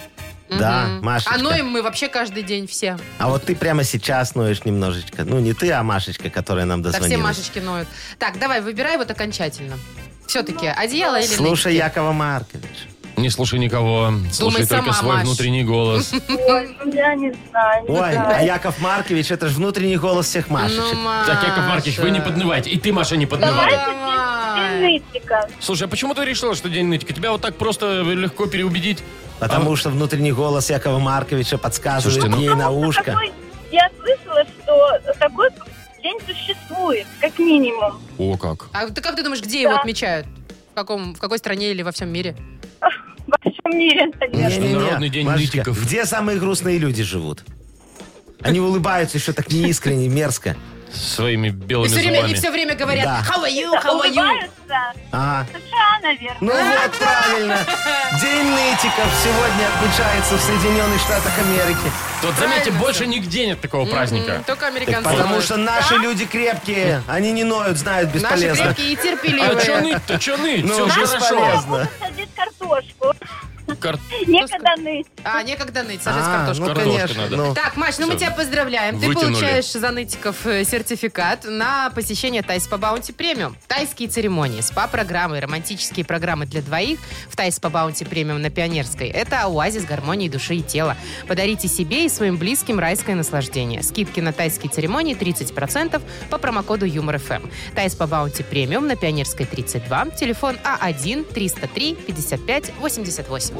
[SPEAKER 3] Да,
[SPEAKER 1] Мгм.
[SPEAKER 3] Машечка.
[SPEAKER 1] А ноем мы вообще каждый день все.
[SPEAKER 3] А вот ты прямо сейчас ноешь немножечко. Ну, не ты, а Машечка, которая нам
[SPEAKER 1] Да все
[SPEAKER 3] дозвонилась.
[SPEAKER 1] Машечки ноют. Так, давай, выбирай вот окончательно. Все-таки
[SPEAKER 5] Ну,
[SPEAKER 1] одеяло или
[SPEAKER 3] Слушай
[SPEAKER 1] нытики?
[SPEAKER 3] Якова Марковича.
[SPEAKER 2] Не слушай никого, слушай только
[SPEAKER 1] сама,
[SPEAKER 2] свой
[SPEAKER 1] Маш.
[SPEAKER 2] внутренний голос.
[SPEAKER 5] Ой, ну, я не знаю. не
[SPEAKER 3] Ой,
[SPEAKER 5] знаю.
[SPEAKER 3] а Яков Маркович, это же внутренний голос всех Машечек.
[SPEAKER 1] Ну, Маша.
[SPEAKER 2] Так, Яков Маркич, вы не поднывайте, и ты, Маша, не поднывай.
[SPEAKER 5] Давай.
[SPEAKER 1] Давай.
[SPEAKER 5] День нытика.
[SPEAKER 2] Слушай, а почему ты решила, что день нытика? Тебя вот так просто легко переубедить?
[SPEAKER 3] Потому что внутренний голос Якова Марковича подсказывает
[SPEAKER 2] А Слушайте, ну-
[SPEAKER 3] ей на ушко.
[SPEAKER 5] Такой- Я слышала, что такой день существует, как минимум.
[SPEAKER 2] О, как.
[SPEAKER 1] А ты как ты думаешь, где его
[SPEAKER 5] Да.
[SPEAKER 1] отмечают? В, каком, в какой стране или во всем мире?
[SPEAKER 5] Во всем мире, наверное.
[SPEAKER 3] Не-не-не,
[SPEAKER 2] Международный день
[SPEAKER 3] Машечка,
[SPEAKER 2] нытиков.
[SPEAKER 3] Где самые грустные люди живут? Они улыбаются еще так неискренне, мерзко.
[SPEAKER 2] Своими белыми
[SPEAKER 1] И все, время, и
[SPEAKER 2] зубами.
[SPEAKER 1] все время говорят
[SPEAKER 3] Да.
[SPEAKER 1] «How are you? How are you?»
[SPEAKER 5] Улыбаются.
[SPEAKER 3] Ага.
[SPEAKER 5] США, наверное.
[SPEAKER 3] Ну вот, правильно. День нытиков сегодня отмечается в Соединенных Штатах Америки.
[SPEAKER 2] Вот заметьте,
[SPEAKER 1] Правильно
[SPEAKER 2] больше нигде нет такого праздника.
[SPEAKER 1] М, Только
[SPEAKER 3] Так
[SPEAKER 1] американцы.
[SPEAKER 3] потому
[SPEAKER 1] знают.
[SPEAKER 3] что наши люди крепкие. Они не ноют, знают
[SPEAKER 1] Наши
[SPEAKER 3] бесполезно.
[SPEAKER 1] крепкие
[SPEAKER 2] А
[SPEAKER 1] и
[SPEAKER 2] чё
[SPEAKER 1] терпеливые.
[SPEAKER 2] ныть-то, чё ныть?
[SPEAKER 3] Ну,
[SPEAKER 2] Всё же хорошо.
[SPEAKER 3] бесполезно.
[SPEAKER 5] Садить картошку.
[SPEAKER 2] Кар-
[SPEAKER 5] Некогда ныть.
[SPEAKER 1] А, некогда ныть, сажать
[SPEAKER 3] А,
[SPEAKER 1] картошку.
[SPEAKER 3] ну
[SPEAKER 2] Картошку
[SPEAKER 3] конечно.
[SPEAKER 2] надо.
[SPEAKER 3] ну.
[SPEAKER 1] Так, Маш, ну мы
[SPEAKER 2] Всё.
[SPEAKER 1] тебя поздравляем. Ты
[SPEAKER 2] Вытянули.
[SPEAKER 1] получаешь за нытиков э, сертификат на посещение Тайс по Баунти Премиум. Тайские церемонии, СПА-программы, романтические программы для двоих в Тайс по Баунти Премиум на Пионерской. Это оазис гармонии души и тела. Подарите себе и своим близким райское наслаждение. Скидки на тайские церемонии 30% по промокоду Юмор ФМ. Тайс по Баунти Премиум на Пионерской 32, телефон А А1 303 55 88.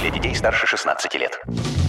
[SPEAKER 6] Для детей старше 16 лет.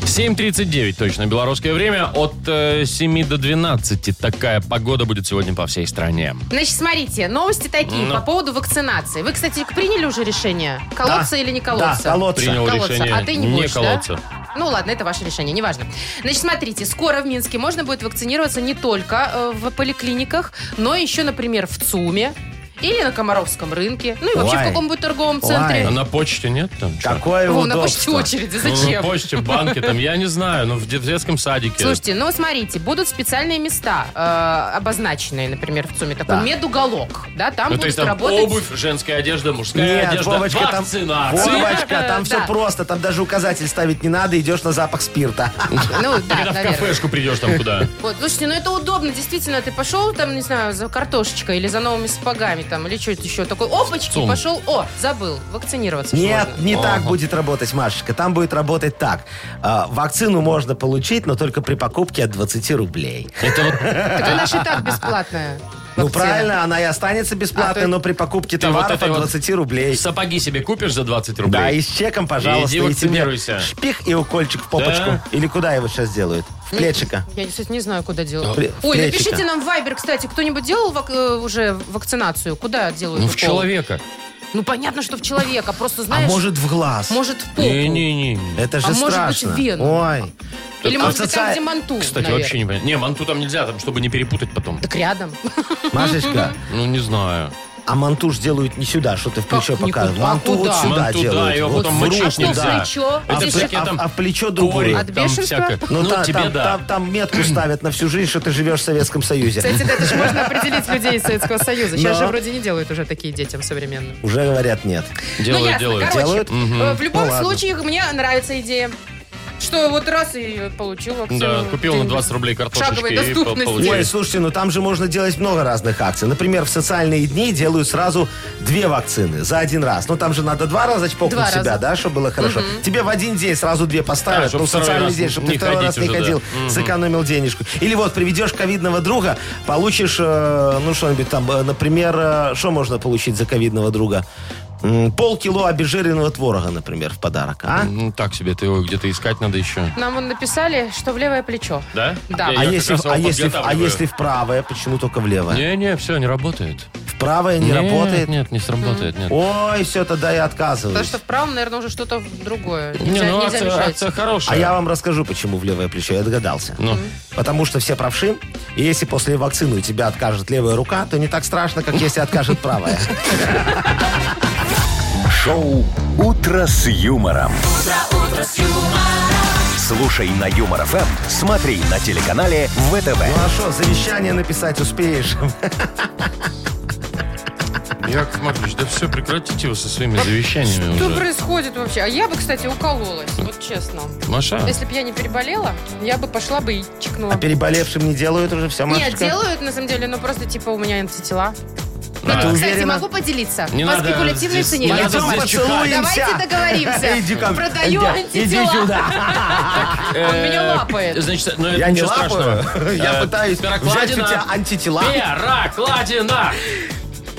[SPEAKER 2] 7.39 точно, белорусское время. От э, 7 до 12 такая погода будет сегодня по всей стране.
[SPEAKER 1] Значит, смотрите, новости такие
[SPEAKER 2] Ну.
[SPEAKER 1] по поводу вакцинации. Вы, кстати, приняли уже решение, колоться
[SPEAKER 3] Да.
[SPEAKER 1] или не
[SPEAKER 3] Да,
[SPEAKER 1] колоться?
[SPEAKER 3] колодца.
[SPEAKER 2] Принял
[SPEAKER 1] Колоться.
[SPEAKER 2] решение
[SPEAKER 1] А ты не будешь, да?
[SPEAKER 2] колоться.
[SPEAKER 1] Ну ладно, это ваше решение, неважно. Значит, смотрите, скоро в Минске можно будет вакцинироваться не только э, в поликлиниках, но еще, например, в ЦУМе или на Комаровском рынке, ну и вообще
[SPEAKER 3] Ой.
[SPEAKER 1] в каком бы торговом центре.
[SPEAKER 2] А
[SPEAKER 3] Ой.
[SPEAKER 2] на почте нет там? чё?
[SPEAKER 3] Какое
[SPEAKER 1] Вон, на почте
[SPEAKER 3] удобство.
[SPEAKER 1] очереди,
[SPEAKER 2] Ну,
[SPEAKER 1] зачем?
[SPEAKER 2] на почте, банке, там, я не знаю, ну, в дет- в детском садике.
[SPEAKER 1] Слушайте, ну смотрите, будут специальные места э, обозначенные, например, в ЦУМе, такой
[SPEAKER 3] Да.
[SPEAKER 1] медуголок, да, там
[SPEAKER 2] ну, то
[SPEAKER 1] будут
[SPEAKER 2] есть там
[SPEAKER 1] работать...
[SPEAKER 2] обувь, женская одежда, мужская
[SPEAKER 3] Нет,
[SPEAKER 2] одежда,
[SPEAKER 3] Вовочка, там,
[SPEAKER 2] Э, вакцинация.
[SPEAKER 3] Вовочка, там все
[SPEAKER 1] Да.
[SPEAKER 3] просто. Там даже указатель ставить не надо, идешь на запах спирта.
[SPEAKER 2] Когда
[SPEAKER 1] Ну, да,
[SPEAKER 2] в
[SPEAKER 1] наверное.
[SPEAKER 2] кафешку придешь там куда?
[SPEAKER 1] Вот, слушайте, ну это удобно, действительно, ты пошел там, не знаю, за картошечкой или за новыми сапогами там, или что-то еще, такой, опачки,
[SPEAKER 2] Сумма.
[SPEAKER 1] пошел, о, забыл, вакцинироваться же
[SPEAKER 3] Нет,
[SPEAKER 1] можно.
[SPEAKER 3] не так
[SPEAKER 2] Ага.
[SPEAKER 3] будет работать, Машечка. Там будет работать так. А, Вакцину можно получить, но только при покупке от 20 рублей.
[SPEAKER 2] Это вот
[SPEAKER 1] Так она же и так бесплатная.
[SPEAKER 3] Ну
[SPEAKER 1] вакцина.
[SPEAKER 3] правильно, она и останется
[SPEAKER 1] А, то
[SPEAKER 3] бесплатной,
[SPEAKER 1] есть
[SPEAKER 3] но при покупке
[SPEAKER 2] ты вот
[SPEAKER 3] товаров
[SPEAKER 2] этой
[SPEAKER 3] от
[SPEAKER 2] вот
[SPEAKER 3] 20 рублей.
[SPEAKER 2] сапоги себе купишь за 20
[SPEAKER 3] Да, и
[SPEAKER 2] рублей.
[SPEAKER 3] с чеком, пожалуйста,
[SPEAKER 2] Иди
[SPEAKER 3] и тебе
[SPEAKER 2] вакцинируйся.
[SPEAKER 3] Шпих и укольчик в попочку.
[SPEAKER 2] Да.
[SPEAKER 3] Или куда его сейчас делают? В плечика.
[SPEAKER 1] Я, кстати, не знаю, куда делать.
[SPEAKER 3] При-
[SPEAKER 1] Ой,
[SPEAKER 3] плечика.
[SPEAKER 1] напишите нам в Вайбер, кстати, кто-нибудь делал вак- э, уже вакцинацию? Куда делают
[SPEAKER 2] Ну, в
[SPEAKER 1] укол?
[SPEAKER 2] человека.
[SPEAKER 1] Ну, понятно, что в человека, просто,
[SPEAKER 3] А
[SPEAKER 1] знаешь,
[SPEAKER 3] может в глаз?
[SPEAKER 1] может, в попу.
[SPEAKER 2] Не-не-не.
[SPEAKER 3] Это же
[SPEAKER 1] а может быть, в
[SPEAKER 3] страшно.
[SPEAKER 1] вену.
[SPEAKER 3] Ой.
[SPEAKER 1] Или,
[SPEAKER 3] А
[SPEAKER 1] может
[SPEAKER 3] в
[SPEAKER 1] быть, там,
[SPEAKER 3] соци-
[SPEAKER 1] где манту,
[SPEAKER 2] Кстати,
[SPEAKER 1] наверное.
[SPEAKER 2] вообще не понятно. Не, манту там нельзя, там, чтобы не перепутать потом.
[SPEAKER 1] Так рядом.
[SPEAKER 3] Машечка,
[SPEAKER 2] Ну, не знаю.
[SPEAKER 3] А мантуш делают не сюда, что ты в плечо
[SPEAKER 1] Как не
[SPEAKER 3] показываешь.
[SPEAKER 1] куда? А
[SPEAKER 3] Манту вот
[SPEAKER 1] куда?
[SPEAKER 3] сюда
[SPEAKER 2] Манту, да,
[SPEAKER 3] делают.
[SPEAKER 2] его
[SPEAKER 3] вот
[SPEAKER 2] потом
[SPEAKER 3] в
[SPEAKER 2] мочить
[SPEAKER 3] руку,
[SPEAKER 2] нельзя.
[SPEAKER 3] да.
[SPEAKER 1] А что,
[SPEAKER 2] Это
[SPEAKER 3] А в,
[SPEAKER 1] плечо?
[SPEAKER 3] пле-
[SPEAKER 2] всякие
[SPEAKER 3] а-
[SPEAKER 2] там
[SPEAKER 3] а в плечо
[SPEAKER 2] Кори,
[SPEAKER 3] другую.
[SPEAKER 1] От
[SPEAKER 2] там
[SPEAKER 1] бешенства?
[SPEAKER 2] всякое.
[SPEAKER 3] Ну,
[SPEAKER 2] Ну,
[SPEAKER 3] та-
[SPEAKER 2] тебе
[SPEAKER 3] там,
[SPEAKER 2] да.
[SPEAKER 3] там- там метку ставят на всю жизнь, что ты живешь в Советском Союзе.
[SPEAKER 1] Кстати, да, это же можно определить людей из Советского Союза. Сейчас
[SPEAKER 3] Но.
[SPEAKER 1] же вроде не делают уже такие детям современным.
[SPEAKER 3] Уже говорят нет.
[SPEAKER 2] Делают,
[SPEAKER 1] ну, ясно.
[SPEAKER 2] делают.
[SPEAKER 1] Короче,
[SPEAKER 3] Делают?
[SPEAKER 1] э, в любом
[SPEAKER 3] Ну, ладно.
[SPEAKER 1] случае, мне нравится идея. Что вот раз и получил. вот
[SPEAKER 2] Да,
[SPEAKER 1] всё,
[SPEAKER 2] купил на
[SPEAKER 1] где-нибудь.
[SPEAKER 2] 20 рублей картошечки
[SPEAKER 1] шаговой
[SPEAKER 2] и по-
[SPEAKER 1] доступности.
[SPEAKER 3] Ой,
[SPEAKER 2] получил.
[SPEAKER 3] слушайте, ну там же можно делать много разных акций. Например, в социальные дни делают сразу две вакцины за один раз. Ну там же надо два раза чпокнуть
[SPEAKER 1] Два
[SPEAKER 3] себя,
[SPEAKER 1] раза.
[SPEAKER 3] да, чтобы было хорошо. Тебе в один день сразу две
[SPEAKER 2] Да,
[SPEAKER 3] поставят,
[SPEAKER 2] чтоб
[SPEAKER 3] ну в
[SPEAKER 2] второй
[SPEAKER 3] социальный
[SPEAKER 2] раз
[SPEAKER 3] день, чтобы
[SPEAKER 2] не
[SPEAKER 3] ты второй
[SPEAKER 2] ходить
[SPEAKER 3] раз не
[SPEAKER 2] уже, да.
[SPEAKER 3] ходил,
[SPEAKER 2] Мгм.
[SPEAKER 3] сэкономил денежку. Или вот, приведешь ковидного друга, получишь, э, ну что-нибудь там, э, например, э, что можно получить за ковидного друга? М, Полкило обезжиренного творога, например, в подарок, а?
[SPEAKER 2] Ну, так себе, ты его где-то искать надо еще.
[SPEAKER 1] Нам вон написали, что в левое плечо.
[SPEAKER 2] Да?
[SPEAKER 1] Да.
[SPEAKER 2] Я
[SPEAKER 1] А
[SPEAKER 3] А
[SPEAKER 2] как
[SPEAKER 3] если,
[SPEAKER 2] раз
[SPEAKER 3] в-
[SPEAKER 2] его
[SPEAKER 3] а, если, в- а
[SPEAKER 2] подготавливаю.
[SPEAKER 3] если в правое, почему только в левое?
[SPEAKER 2] Не-не, все, не работает.
[SPEAKER 3] В правое не
[SPEAKER 2] Нет,
[SPEAKER 3] работает?
[SPEAKER 2] Нет, не сработает, нет.
[SPEAKER 3] Ой, все, тогда я отказываюсь.
[SPEAKER 1] Потому что в правом, наверное, уже что-то другое.
[SPEAKER 2] Не,
[SPEAKER 1] Нельзя,
[SPEAKER 2] ну
[SPEAKER 1] нельзя
[SPEAKER 2] акция,
[SPEAKER 1] мешать.
[SPEAKER 2] акция хорошая.
[SPEAKER 3] А я вам расскажу, почему в левое плечо. Я догадался.
[SPEAKER 2] Ну,
[SPEAKER 3] Потому что все правши, и если после вакцины у тебя откажет левая рука, то не так страшно, как если откажет правая.
[SPEAKER 4] Шоу «Утро с юмором». Слушай на Юмор ФМ, смотри на телеканале
[SPEAKER 3] Ну
[SPEAKER 4] ВТВ.
[SPEAKER 3] а что, завещание написать успеешь?
[SPEAKER 2] Яков Маркович, да все, прекратите его со своими завещаниями
[SPEAKER 1] Что
[SPEAKER 2] уже.
[SPEAKER 1] происходит вообще? А я бы, кстати, укололась, вот честно.
[SPEAKER 2] Маша,
[SPEAKER 1] Если бы я не переболела, я бы пошла бы и чикнула.
[SPEAKER 3] А переболевшим не делают уже все,
[SPEAKER 1] Нет,
[SPEAKER 3] Машечка?
[SPEAKER 1] делают, на самом деле, но просто типа у меня антитела.
[SPEAKER 2] Да.
[SPEAKER 1] Ну,
[SPEAKER 2] Ты
[SPEAKER 1] Кстати,
[SPEAKER 3] уверена?
[SPEAKER 1] могу поделиться?
[SPEAKER 2] Не
[SPEAKER 1] По
[SPEAKER 2] надо
[SPEAKER 1] спекулятивной
[SPEAKER 2] здесь-
[SPEAKER 1] цене.
[SPEAKER 2] не надо
[SPEAKER 3] Пойдем
[SPEAKER 2] здесь
[SPEAKER 3] поцелуемся.
[SPEAKER 1] Давайте договоримся.
[SPEAKER 3] Иди ко мне.
[SPEAKER 1] Продаю
[SPEAKER 3] Иди- Иди
[SPEAKER 1] антитела.
[SPEAKER 3] сюда.
[SPEAKER 1] Он меня
[SPEAKER 2] э,
[SPEAKER 1] А, лапает.
[SPEAKER 2] Значит, ну это
[SPEAKER 3] Я не
[SPEAKER 2] ничего
[SPEAKER 3] лапаю.
[SPEAKER 2] страшного.
[SPEAKER 3] Я
[SPEAKER 2] Э,
[SPEAKER 3] пытаюсь взять у
[SPEAKER 2] перокладина.
[SPEAKER 3] тебя антитела.
[SPEAKER 2] Перокладина!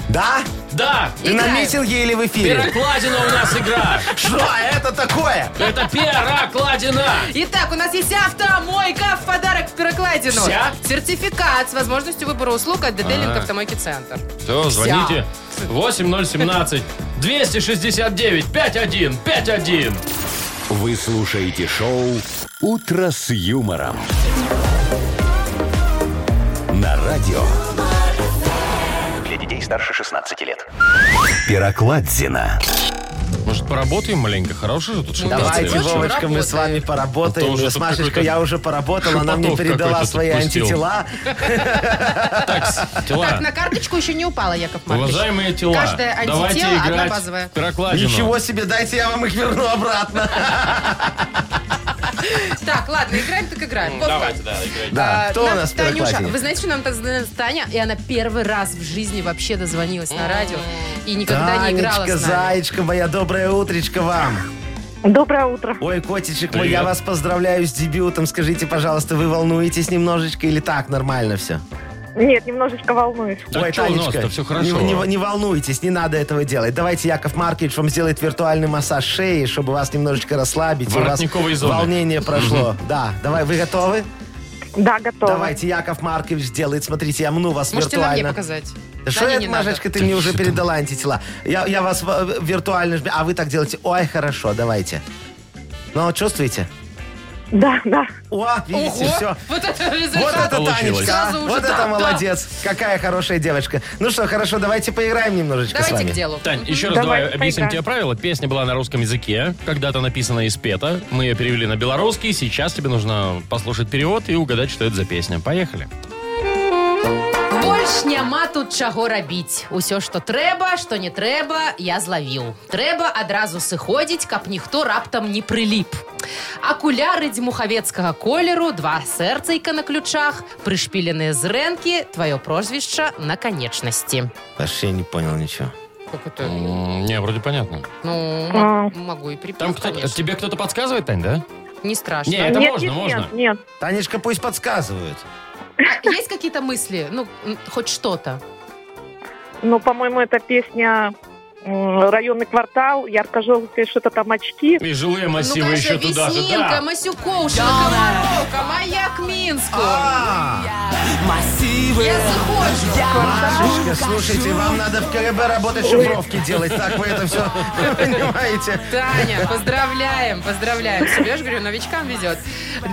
[SPEAKER 3] Да?
[SPEAKER 2] Да!
[SPEAKER 3] Ты на
[SPEAKER 1] Играю.
[SPEAKER 3] митинге или в эфире?
[SPEAKER 2] Перокладина у нас игра!
[SPEAKER 3] Что это такое?
[SPEAKER 2] Это перокладина!
[SPEAKER 1] Итак, у нас есть автомойка в подарок в Пирокладину.
[SPEAKER 2] Вся?
[SPEAKER 1] Сертификат с возможностью выбора услуг от Детейлинг
[SPEAKER 2] А.
[SPEAKER 1] Автомойки Центр.
[SPEAKER 2] Все, звоните. 8017 269 51 51
[SPEAKER 4] Вы слушаете шоу «Утро с юмором». На радио
[SPEAKER 6] Для детей старше 16 лет.
[SPEAKER 4] Пирокладзина.
[SPEAKER 2] Может, поработаем маленько? Хорошая
[SPEAKER 1] Ну,
[SPEAKER 2] же тут шутка.
[SPEAKER 3] Давайте,
[SPEAKER 1] Очень
[SPEAKER 3] Вовочка, мы
[SPEAKER 1] работает.
[SPEAKER 3] с вами
[SPEAKER 2] А то
[SPEAKER 3] поработаем.
[SPEAKER 2] уже
[SPEAKER 3] С
[SPEAKER 2] тут
[SPEAKER 3] Машечкой
[SPEAKER 2] какой-то
[SPEAKER 3] я уже поработал, она мне
[SPEAKER 2] шепоток
[SPEAKER 3] передала
[SPEAKER 2] какой-то
[SPEAKER 3] свои
[SPEAKER 2] тут пустил.
[SPEAKER 3] антитела.
[SPEAKER 2] Так,
[SPEAKER 1] Так,
[SPEAKER 2] тела.
[SPEAKER 1] на карточку еще не упала, Яков Маркович.
[SPEAKER 2] Уважаемые тела,
[SPEAKER 1] Каждое антитело,
[SPEAKER 2] давайте
[SPEAKER 1] одна
[SPEAKER 2] играть
[SPEAKER 1] базовая.
[SPEAKER 2] в перокладину.
[SPEAKER 3] Ничего себе, дайте я вам их верну обратно.
[SPEAKER 1] Так, ладно, играем, так играем. Вовка.
[SPEAKER 2] Давайте, да, играйте.
[SPEAKER 3] Да,
[SPEAKER 1] А,
[SPEAKER 3] кто у
[SPEAKER 1] нам
[SPEAKER 3] нас в
[SPEAKER 1] Танюша,
[SPEAKER 3] перекладине?
[SPEAKER 1] вы знаете, что нам так звонила Таня? И она первый раз в жизни вообще дозвонилась на радио и никогда не играла
[SPEAKER 3] Танечка,
[SPEAKER 1] с нами.
[SPEAKER 3] зайчка моя, доброе утречко вам.
[SPEAKER 5] Доброе утро.
[SPEAKER 3] Ой, котичек мой, я
[SPEAKER 2] Привет.
[SPEAKER 3] вас поздравляю с дебютом. Скажите, пожалуйста, вы волнуетесь немножечко или так нормально все?
[SPEAKER 5] Нет, немножечко волнуюсь.
[SPEAKER 2] Так
[SPEAKER 3] Ой,
[SPEAKER 2] чё у
[SPEAKER 3] Танечка,
[SPEAKER 2] нас-то? Всё хорошо.
[SPEAKER 3] Не, не- не волнуйтесь, не надо этого делать. Давайте Яков Маркович вам сделает виртуальный массаж шеи, чтобы вас немножечко расслабить. и У вас
[SPEAKER 2] Воротниковой зоны.
[SPEAKER 3] волнение прошло. Да, давай, вы готовы?
[SPEAKER 5] Да, готова.
[SPEAKER 3] Давайте Яков Маркович сделает. Смотрите, я мну вас
[SPEAKER 1] Можете на мне
[SPEAKER 3] виртуально.
[SPEAKER 1] показать.
[SPEAKER 3] Да Что
[SPEAKER 1] не,
[SPEAKER 3] это,
[SPEAKER 1] не надо.
[SPEAKER 3] Машечка, ты мне уже передала антитела? Я, я вас в- виртуально жми, а вы так делаете. Ой, хорошо, давайте. Ну, вот чувствуете?
[SPEAKER 5] Да, да.
[SPEAKER 3] О, видите,
[SPEAKER 1] Ого,
[SPEAKER 3] все.
[SPEAKER 1] вот это
[SPEAKER 3] Вот
[SPEAKER 1] результат.
[SPEAKER 3] это
[SPEAKER 2] Получилось.
[SPEAKER 3] Танечка, а?
[SPEAKER 1] Сразу уже
[SPEAKER 3] вот
[SPEAKER 1] да,
[SPEAKER 3] это
[SPEAKER 1] да.
[SPEAKER 3] молодец. Какая хорошая девочка. Ну что, хорошо, давайте поиграем немножечко с
[SPEAKER 1] Давайте
[SPEAKER 3] вами.
[SPEAKER 1] к делу.
[SPEAKER 2] Тань, еще раз давай
[SPEAKER 5] Давайте
[SPEAKER 2] объясним
[SPEAKER 5] поиграем.
[SPEAKER 2] тебе правила. Песня была на русском языке, когда-то написана и спета. Мы ее перевели на белорусский. Сейчас тебе нужно послушать перевод и угадать, что это за песня. Поехали.
[SPEAKER 1] Больш няма тут чаго рабіць. Усё, што трэба, што не трэба, я злавіў. Трэба адразу сыходзіць, каб ніхто раптам не прыліп. Акуляры дзьмухавецкага колеру, два сэрцайка на ключах, прышпіленыя з рэнкі, тваё прозвішча на канечнасці.
[SPEAKER 3] Вообще не понял ничего.
[SPEAKER 1] Как это?
[SPEAKER 2] М, Не, вроде понятно.
[SPEAKER 1] Ну,
[SPEAKER 5] А.
[SPEAKER 1] могу и припев,
[SPEAKER 2] Там кто-то, тебе кто-то подсказывает, Тань, да?
[SPEAKER 1] Не страшно.
[SPEAKER 2] Не, это-
[SPEAKER 5] нет,
[SPEAKER 2] можно,
[SPEAKER 5] нет,
[SPEAKER 2] можно.
[SPEAKER 5] нет, нет.
[SPEAKER 3] Танечка пусть подсказывает.
[SPEAKER 1] А Есть какие-то мысли? Ну, м, хоть что-то.
[SPEAKER 5] Ну, по-моему, это песня
[SPEAKER 7] м, районный квартал, ярко-желтые что-то там очки.
[SPEAKER 2] И жилые массивы
[SPEAKER 1] ну, конечно,
[SPEAKER 2] еще туда же.
[SPEAKER 1] Веснинка,
[SPEAKER 2] Да.
[SPEAKER 1] Масюковшина, Комаровка, Маяк, Минску.
[SPEAKER 3] А!
[SPEAKER 8] Массивы.
[SPEAKER 1] Я захочу.
[SPEAKER 3] Машечка, слушайте, вам надо в КГБ работать, шифровки делать. Так вы это все понимаете.
[SPEAKER 1] Таня, поздравляем, поздравляем. Себе же, говорю, новичкам везет.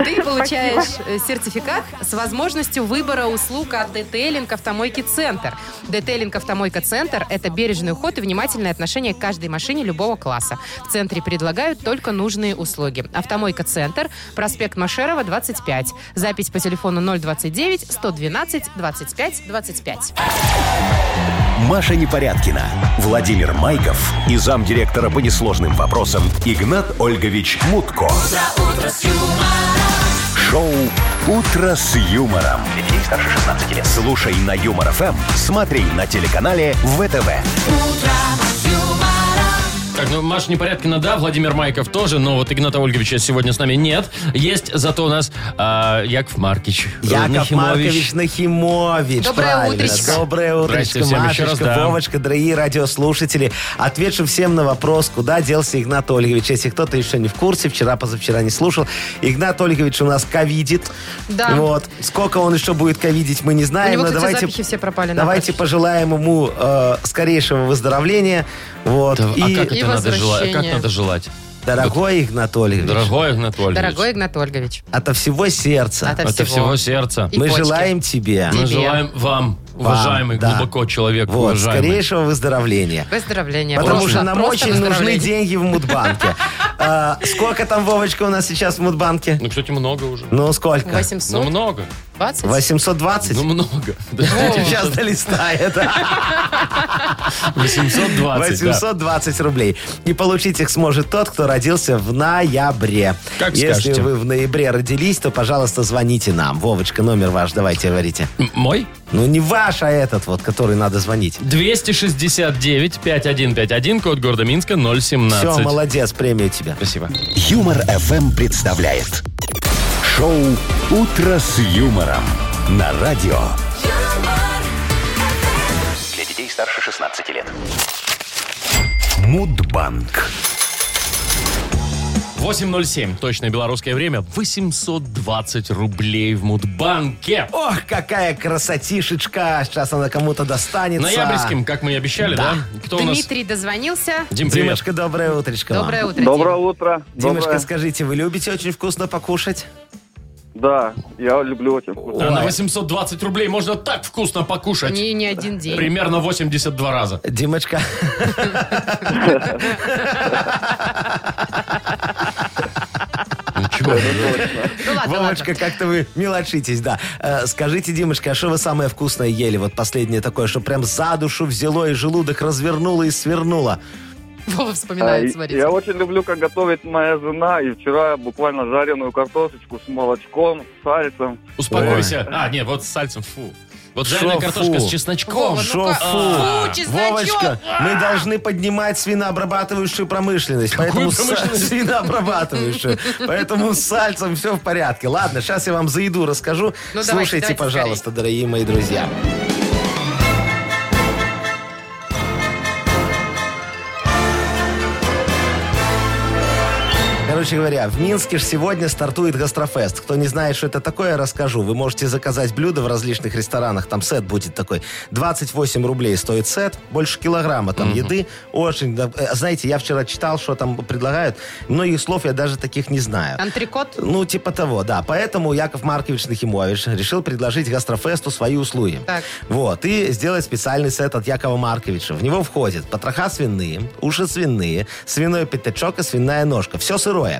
[SPEAKER 1] Ты получаешь э, сертификат с возможностью выбора услуг от детейлинг автомойки «Центр». Детейлинг автомойка «Центр» — это бережный уход и внимательное отношение к каждой машине любого класса. В «Центре» предлагают только нужные услуги. Автомойка «Центр», проспект Машерова, 25. Запись по телефону 029-112-25-25.
[SPEAKER 4] Маша Непорядкина, Владимир Майков и замдиректора по несложным вопросам Игнат Ольгович Мутко. Шоу Утро с юмором.
[SPEAKER 6] Для детей старше 16 лет.
[SPEAKER 4] Слушай на юмор ФМ, смотри на телеканале ВТВ.
[SPEAKER 2] Так, ну, Маша Непорядкина, да, Владимир Майков тоже, но вот Игната Ольговича сегодня с нами нет. Есть зато у нас а, Яков Маркич.
[SPEAKER 3] Яков
[SPEAKER 2] Нахимович.
[SPEAKER 3] Маркович Нахимович.
[SPEAKER 1] Доброе
[SPEAKER 3] правильно.
[SPEAKER 1] утречко.
[SPEAKER 3] Доброе
[SPEAKER 2] Здрасте
[SPEAKER 3] утречко,
[SPEAKER 2] всем еще раз,
[SPEAKER 3] Машечка,
[SPEAKER 2] да.
[SPEAKER 3] Вовочка, дорогие радиослушатели. Отвечу всем на вопрос, куда делся Игнат Ольгович. Если кто-то еще не в курсе, вчера, позавчера не слушал. Игнат Ольгович у нас ковидит.
[SPEAKER 1] Да.
[SPEAKER 3] Вот. Сколько он еще будет ковидить, мы не знаем.
[SPEAKER 1] У него,
[SPEAKER 3] но
[SPEAKER 1] кстати,
[SPEAKER 3] давайте,
[SPEAKER 1] запихи все пропали на
[SPEAKER 3] Давайте
[SPEAKER 1] память.
[SPEAKER 3] пожелаем ему э, скорейшего выздоровления. Вот.
[SPEAKER 2] Да,
[SPEAKER 3] И,
[SPEAKER 2] а как
[SPEAKER 1] И
[SPEAKER 2] это надо желать? Как
[SPEAKER 1] возвращение.
[SPEAKER 2] надо желать?
[SPEAKER 3] дорогой Игнат Ольгович,
[SPEAKER 2] Дорогой Игнат Ольгович.
[SPEAKER 1] Дорогой Игнат Ольгович,
[SPEAKER 3] ото всего сердца
[SPEAKER 1] ото
[SPEAKER 2] От всего сердца.
[SPEAKER 1] И
[SPEAKER 3] мы
[SPEAKER 1] почки.
[SPEAKER 3] желаем тебе
[SPEAKER 2] Мы
[SPEAKER 1] Тебе.
[SPEAKER 2] желаем вам, уважаемый,
[SPEAKER 3] да.
[SPEAKER 2] глубоко человек,
[SPEAKER 3] вот,
[SPEAKER 2] уважаемый.
[SPEAKER 3] скорейшего выздоровления.
[SPEAKER 1] Поздравления.
[SPEAKER 3] Потому
[SPEAKER 1] Просто-
[SPEAKER 3] что нам
[SPEAKER 1] просто
[SPEAKER 3] очень нужны
[SPEAKER 1] поздравления.
[SPEAKER 3] деньги в Мудбанке. А, Сколько там, Вовочка, у нас сейчас в Мудбанке?
[SPEAKER 2] Ну, кстати, много уже.
[SPEAKER 3] Ну, сколько?
[SPEAKER 2] Ну,
[SPEAKER 1] 800?
[SPEAKER 2] много.
[SPEAKER 1] 20?
[SPEAKER 3] 820?
[SPEAKER 2] Ну, много. Да.
[SPEAKER 3] Сейчас долистает.
[SPEAKER 2] 820, да.
[SPEAKER 3] 820 рублей. И получить их сможет тот, кто родился в ноябре.
[SPEAKER 2] Как
[SPEAKER 3] Если
[SPEAKER 2] скажете.
[SPEAKER 3] вы в ноябре родились, то, пожалуйста, звоните нам. Вовочка, номер ваш, давайте говорите.
[SPEAKER 2] М- Мой?
[SPEAKER 3] Ну, не ваш, а этот вот, который надо звонить.
[SPEAKER 2] 269-5151, код города Минска, 017.
[SPEAKER 3] Все, молодец, премию тебе.
[SPEAKER 2] Спасибо.
[SPEAKER 4] Юмор ФМ представляет шоу Утро с юмором на радио.
[SPEAKER 6] Для детей старше 16 лет.
[SPEAKER 4] Мудбанк.
[SPEAKER 2] 8.07, точное белорусское время, 820 рублей в Мудбанке.
[SPEAKER 3] Ох, какая красотишечка! Сейчас она кому-то достанется.
[SPEAKER 2] Ноябрьским, как мы и обещали, да? Кто у
[SPEAKER 1] Дмитрий дозвонился.
[SPEAKER 2] нас? Дим, привет.
[SPEAKER 3] Димочка, доброе утречко вам.
[SPEAKER 1] Доброе утро.
[SPEAKER 9] Доброе
[SPEAKER 1] Дим.
[SPEAKER 9] утро.
[SPEAKER 3] Димочка,
[SPEAKER 9] Доброе.
[SPEAKER 3] скажите, вы любите очень вкусно покушать?
[SPEAKER 9] Да, я люблю очень вкусно.
[SPEAKER 2] Да, А, на
[SPEAKER 3] Ой.
[SPEAKER 2] 820 рублей можно так вкусно покушать.
[SPEAKER 1] Не, не один день.
[SPEAKER 2] Примерно 82 раза.
[SPEAKER 3] Димочка,
[SPEAKER 2] Ничего.
[SPEAKER 1] Ну ладно,
[SPEAKER 3] Вовочка,
[SPEAKER 1] ладно.
[SPEAKER 3] как-то вы мелочитесь, да. Э, Скажите, Димочка, а что вы самое вкусное ели? Вот последнее такое, что прям за душу взяло и желудок развернуло и свернуло.
[SPEAKER 1] Вова
[SPEAKER 9] А,
[SPEAKER 1] вспоминает,
[SPEAKER 9] и-
[SPEAKER 1] смотрите.
[SPEAKER 9] Я очень люблю, как готовит моя жена. И вчера буквально жареную картошечку с молочком, с сальцем.
[SPEAKER 2] Успокойся. А, нет, вот с сальцем, фу. Вот жареная
[SPEAKER 3] Шо
[SPEAKER 2] картошка
[SPEAKER 3] фу?
[SPEAKER 2] с чесночком.
[SPEAKER 1] Вова,
[SPEAKER 3] Шо
[SPEAKER 1] ну-ка.
[SPEAKER 3] фу?
[SPEAKER 1] ну Фу, чесночок. А!
[SPEAKER 3] Вовочка, мы должны поднимать свинообрабатывающую промышленность. Поэтому с-
[SPEAKER 2] промышленность?
[SPEAKER 3] свинообрабатывающую. Поэтому с сальцем все в порядке. Ладно, сейчас я вам за еду расскажу.
[SPEAKER 1] Ну, давайте,
[SPEAKER 3] Слушайте,
[SPEAKER 1] давайте
[SPEAKER 3] пожалуйста, дорогие мои друзья. Короче говоря, в Минске ж сегодня стартует гастрофест. Кто не знает, что это такое, расскажу. Вы можете заказать блюда в различных ресторанах. Там сет будет такой. 28 рублей стоит сет. Больше килограмма там еды. Очень... да, э, Знаете, я вчера читал, что там предлагают. Многих слов я даже таких не знаю.
[SPEAKER 1] Антрикот?
[SPEAKER 3] Ну, типа того, да. Поэтому Яков Маркович Нахимович решил предложить гастрофесту свои услуги.
[SPEAKER 1] Так.
[SPEAKER 3] Вот. И сделать специальный сет от Якова Марковича. В него входит потроха свиные, уши свиные, свиной пятачок и свиная ножка. Все сырое.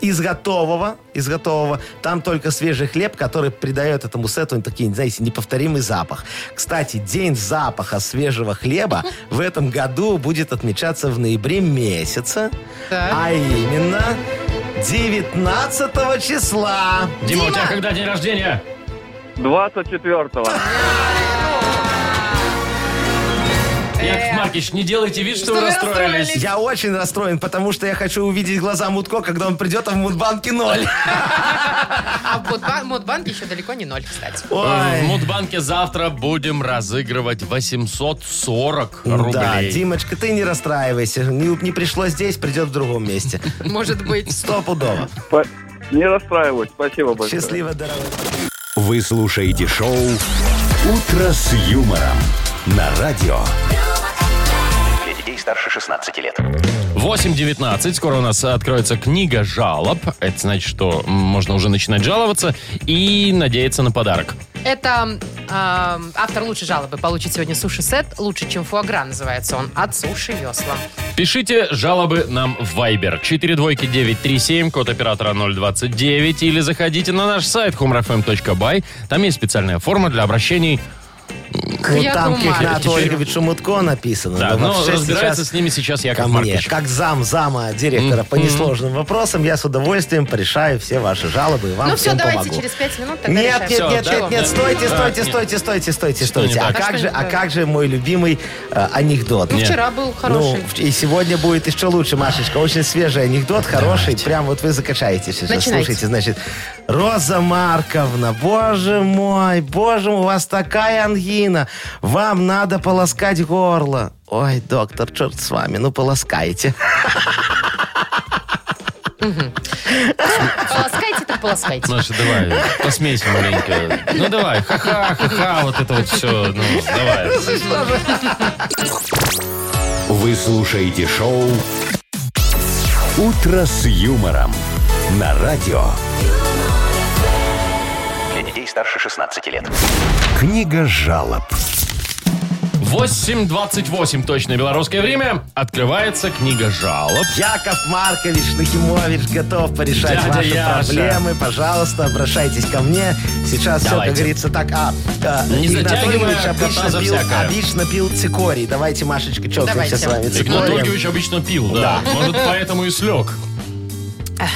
[SPEAKER 3] Из готового, из готового, там только свежий хлеб, который придает этому сету такие, знаете, неповторимый запах. Кстати, день запаха свежего хлеба в этом году будет отмечаться в ноябре месяца.
[SPEAKER 1] Так.
[SPEAKER 3] А именно 19 числа.
[SPEAKER 2] Дима, у тебя когда день рождения?
[SPEAKER 9] 24-го.
[SPEAKER 2] Яков Маркич, не делайте вид, Э. что
[SPEAKER 1] Что
[SPEAKER 2] вы
[SPEAKER 1] вы
[SPEAKER 2] расстроились.
[SPEAKER 1] расстроились.
[SPEAKER 3] Я очень расстроен, потому что я хочу увидеть глаза Мутко, когда он придет, а в Мудбанке ноль.
[SPEAKER 2] Э,
[SPEAKER 1] А в Мудбан- Мудбанке еще далеко не ноль, кстати.
[SPEAKER 2] Э, В
[SPEAKER 3] Ой.
[SPEAKER 2] Мудбанке завтра будем разыгрывать 840
[SPEAKER 3] Да,
[SPEAKER 2] рублей.
[SPEAKER 3] Димочка, ты не расстраивайся. Не, не пришло здесь, придет в другом месте.
[SPEAKER 1] Может быть.
[SPEAKER 3] Стопудово.
[SPEAKER 9] По- Не расстраиваюсь. Спасибо большое.
[SPEAKER 3] Счастливо, дорогой.
[SPEAKER 4] Вы слушаете шоу «Утро с юмором» на радио.
[SPEAKER 6] Для детей старше 16 лет.
[SPEAKER 2] 8.19. Скоро у нас э, откроется книга жалоб. Это значит, что м, можно уже начинать жаловаться и надеяться на подарок.
[SPEAKER 1] Это эм, автор лучшей жалобы получит сегодня суши-сет. Лучше, чем фуагра называется он. От суши весла.
[SPEAKER 2] Пишите жалобы нам в Viber 42937, код оператора 029, или заходите на наш сайт humrfm.by. Там есть специальная форма для обращений.
[SPEAKER 3] Ну,
[SPEAKER 1] Якову
[SPEAKER 3] там к Игнату
[SPEAKER 1] Марковичу.
[SPEAKER 3] Ольговичу Мутко написано.
[SPEAKER 2] Да,
[SPEAKER 3] вот
[SPEAKER 2] но
[SPEAKER 3] сейчас-
[SPEAKER 2] ну, разбирается
[SPEAKER 3] сейчас
[SPEAKER 2] с ними сейчас Яков
[SPEAKER 3] ко мне.
[SPEAKER 2] Маркович.
[SPEAKER 3] Как зам зама директора по несложным вопросам, я с удовольствием порешаю все ваши жалобы и вам
[SPEAKER 1] Ну все,
[SPEAKER 3] всем
[SPEAKER 1] давайте
[SPEAKER 3] помогу.
[SPEAKER 1] через пять минут тогда
[SPEAKER 3] Нет, нет,
[SPEAKER 1] решаем.
[SPEAKER 3] нет,
[SPEAKER 2] Всё,
[SPEAKER 3] нет,
[SPEAKER 2] да.
[SPEAKER 3] нет, стойте,
[SPEAKER 2] Да,
[SPEAKER 3] стойте,
[SPEAKER 2] нет.
[SPEAKER 3] стойте, стойте, стойте,
[SPEAKER 2] Что не
[SPEAKER 3] стойте. А
[SPEAKER 2] так?
[SPEAKER 1] А
[SPEAKER 3] как
[SPEAKER 1] что
[SPEAKER 3] же,
[SPEAKER 1] не
[SPEAKER 3] а
[SPEAKER 1] так?
[SPEAKER 3] как же мой любимый э, анекдот?
[SPEAKER 1] Ну,
[SPEAKER 2] Нет.
[SPEAKER 1] вчера был хороший.
[SPEAKER 3] Ну, в- и сегодня будет еще лучше, Машечка. Очень свежий анекдот, хороший. Прям вот вы закачаетесь сейчас.
[SPEAKER 1] Начинайте.
[SPEAKER 3] Слушайте, значит, Роза Марковна, боже мой, боже мой, у вас такая ангина. Вам надо полоскать горло. Ой, доктор, черт с вами, ну полоскайте.
[SPEAKER 1] Полоскайте так полоскайте.
[SPEAKER 3] Ну,
[SPEAKER 2] Маша, Ну, давай, посмейся маленько. Ну давай, ха-ха, ха-ха, вот это вот все. Ну, давай.
[SPEAKER 4] Вы слушаете шоу «Утро с юмором» на радио.
[SPEAKER 6] Для детей старше 16 лет.
[SPEAKER 4] Книга жалоб.
[SPEAKER 2] 8.28 точное белорусское время. Открывается книга жалоб.
[SPEAKER 3] Яков Маркович Нахимович готов порешать
[SPEAKER 2] Дядя
[SPEAKER 3] ваши
[SPEAKER 2] Яша.
[SPEAKER 3] проблемы. Пожалуйста, обращайтесь ко мне. Сейчас все,
[SPEAKER 2] Давайте.
[SPEAKER 3] как говорится, так. А, а,
[SPEAKER 2] Не
[SPEAKER 3] Игнат
[SPEAKER 2] затягивая
[SPEAKER 3] Ольгович
[SPEAKER 2] кота за
[SPEAKER 3] обычно пил,
[SPEAKER 2] всякое.
[SPEAKER 3] обычно пил цикорий. Давайте, Машечка,
[SPEAKER 1] Давайте.
[SPEAKER 3] чокнемся с вами
[SPEAKER 2] Игнат
[SPEAKER 3] цикорием.
[SPEAKER 2] Ольгович обычно пил, да. Может, поэтому и слег.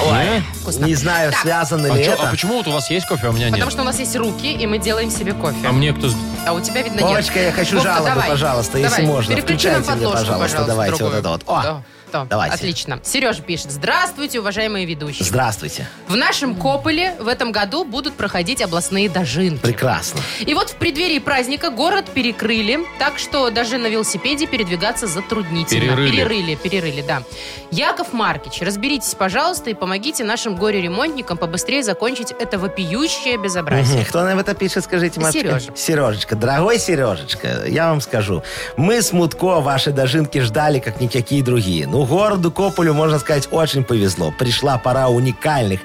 [SPEAKER 2] Не?
[SPEAKER 1] Вкусно.
[SPEAKER 3] Не знаю,
[SPEAKER 1] Так.
[SPEAKER 3] связано
[SPEAKER 2] А,
[SPEAKER 3] ли
[SPEAKER 2] чё, а
[SPEAKER 3] это.
[SPEAKER 2] почему вот у вас есть кофе, а у меня нет?
[SPEAKER 1] Потому что у нас есть руки, и мы делаем себе кофе.
[SPEAKER 2] А мне кто... с-
[SPEAKER 1] А у тебя, видно, нет.
[SPEAKER 3] Вовочка, я хочу
[SPEAKER 1] Вовка,
[SPEAKER 3] жалобы,
[SPEAKER 1] давай.
[SPEAKER 3] пожалуйста, если
[SPEAKER 1] Давай,
[SPEAKER 3] можно.
[SPEAKER 1] переключи нам
[SPEAKER 3] Включайте мне,
[SPEAKER 1] подложку,
[SPEAKER 3] пожалуйста, давайте
[SPEAKER 1] другую.
[SPEAKER 3] вот это вот. О,
[SPEAKER 1] Да, да.
[SPEAKER 3] давайте.
[SPEAKER 1] Отлично. Сереж пишет. Здравствуйте, уважаемые ведущие.
[SPEAKER 3] Здравствуйте.
[SPEAKER 1] В нашем Кополе в этом году будут проходить областные дожинки.
[SPEAKER 3] Прекрасно.
[SPEAKER 1] И вот в преддверии праздника город перекрыли, так что даже на велосипеде передвигаться затруднительно.
[SPEAKER 2] Перерыли.
[SPEAKER 1] Перерыли, перерыли, да. Яков Маркич, разберитесь, пожалуйста, и помогите нашим горе-ремонтникам побыстрее закончить это вопиющее безобразие.
[SPEAKER 3] Мгм. Кто нам это пишет, скажите, Машечка?
[SPEAKER 1] Сережа.
[SPEAKER 3] Сережечка, дорогой Сережечка, я вам скажу. Мы с Мутко ваши дожинки ждали, как никакие другие. Ну, городу Кополю, можно сказать, очень повезло. Пришла пора уникальных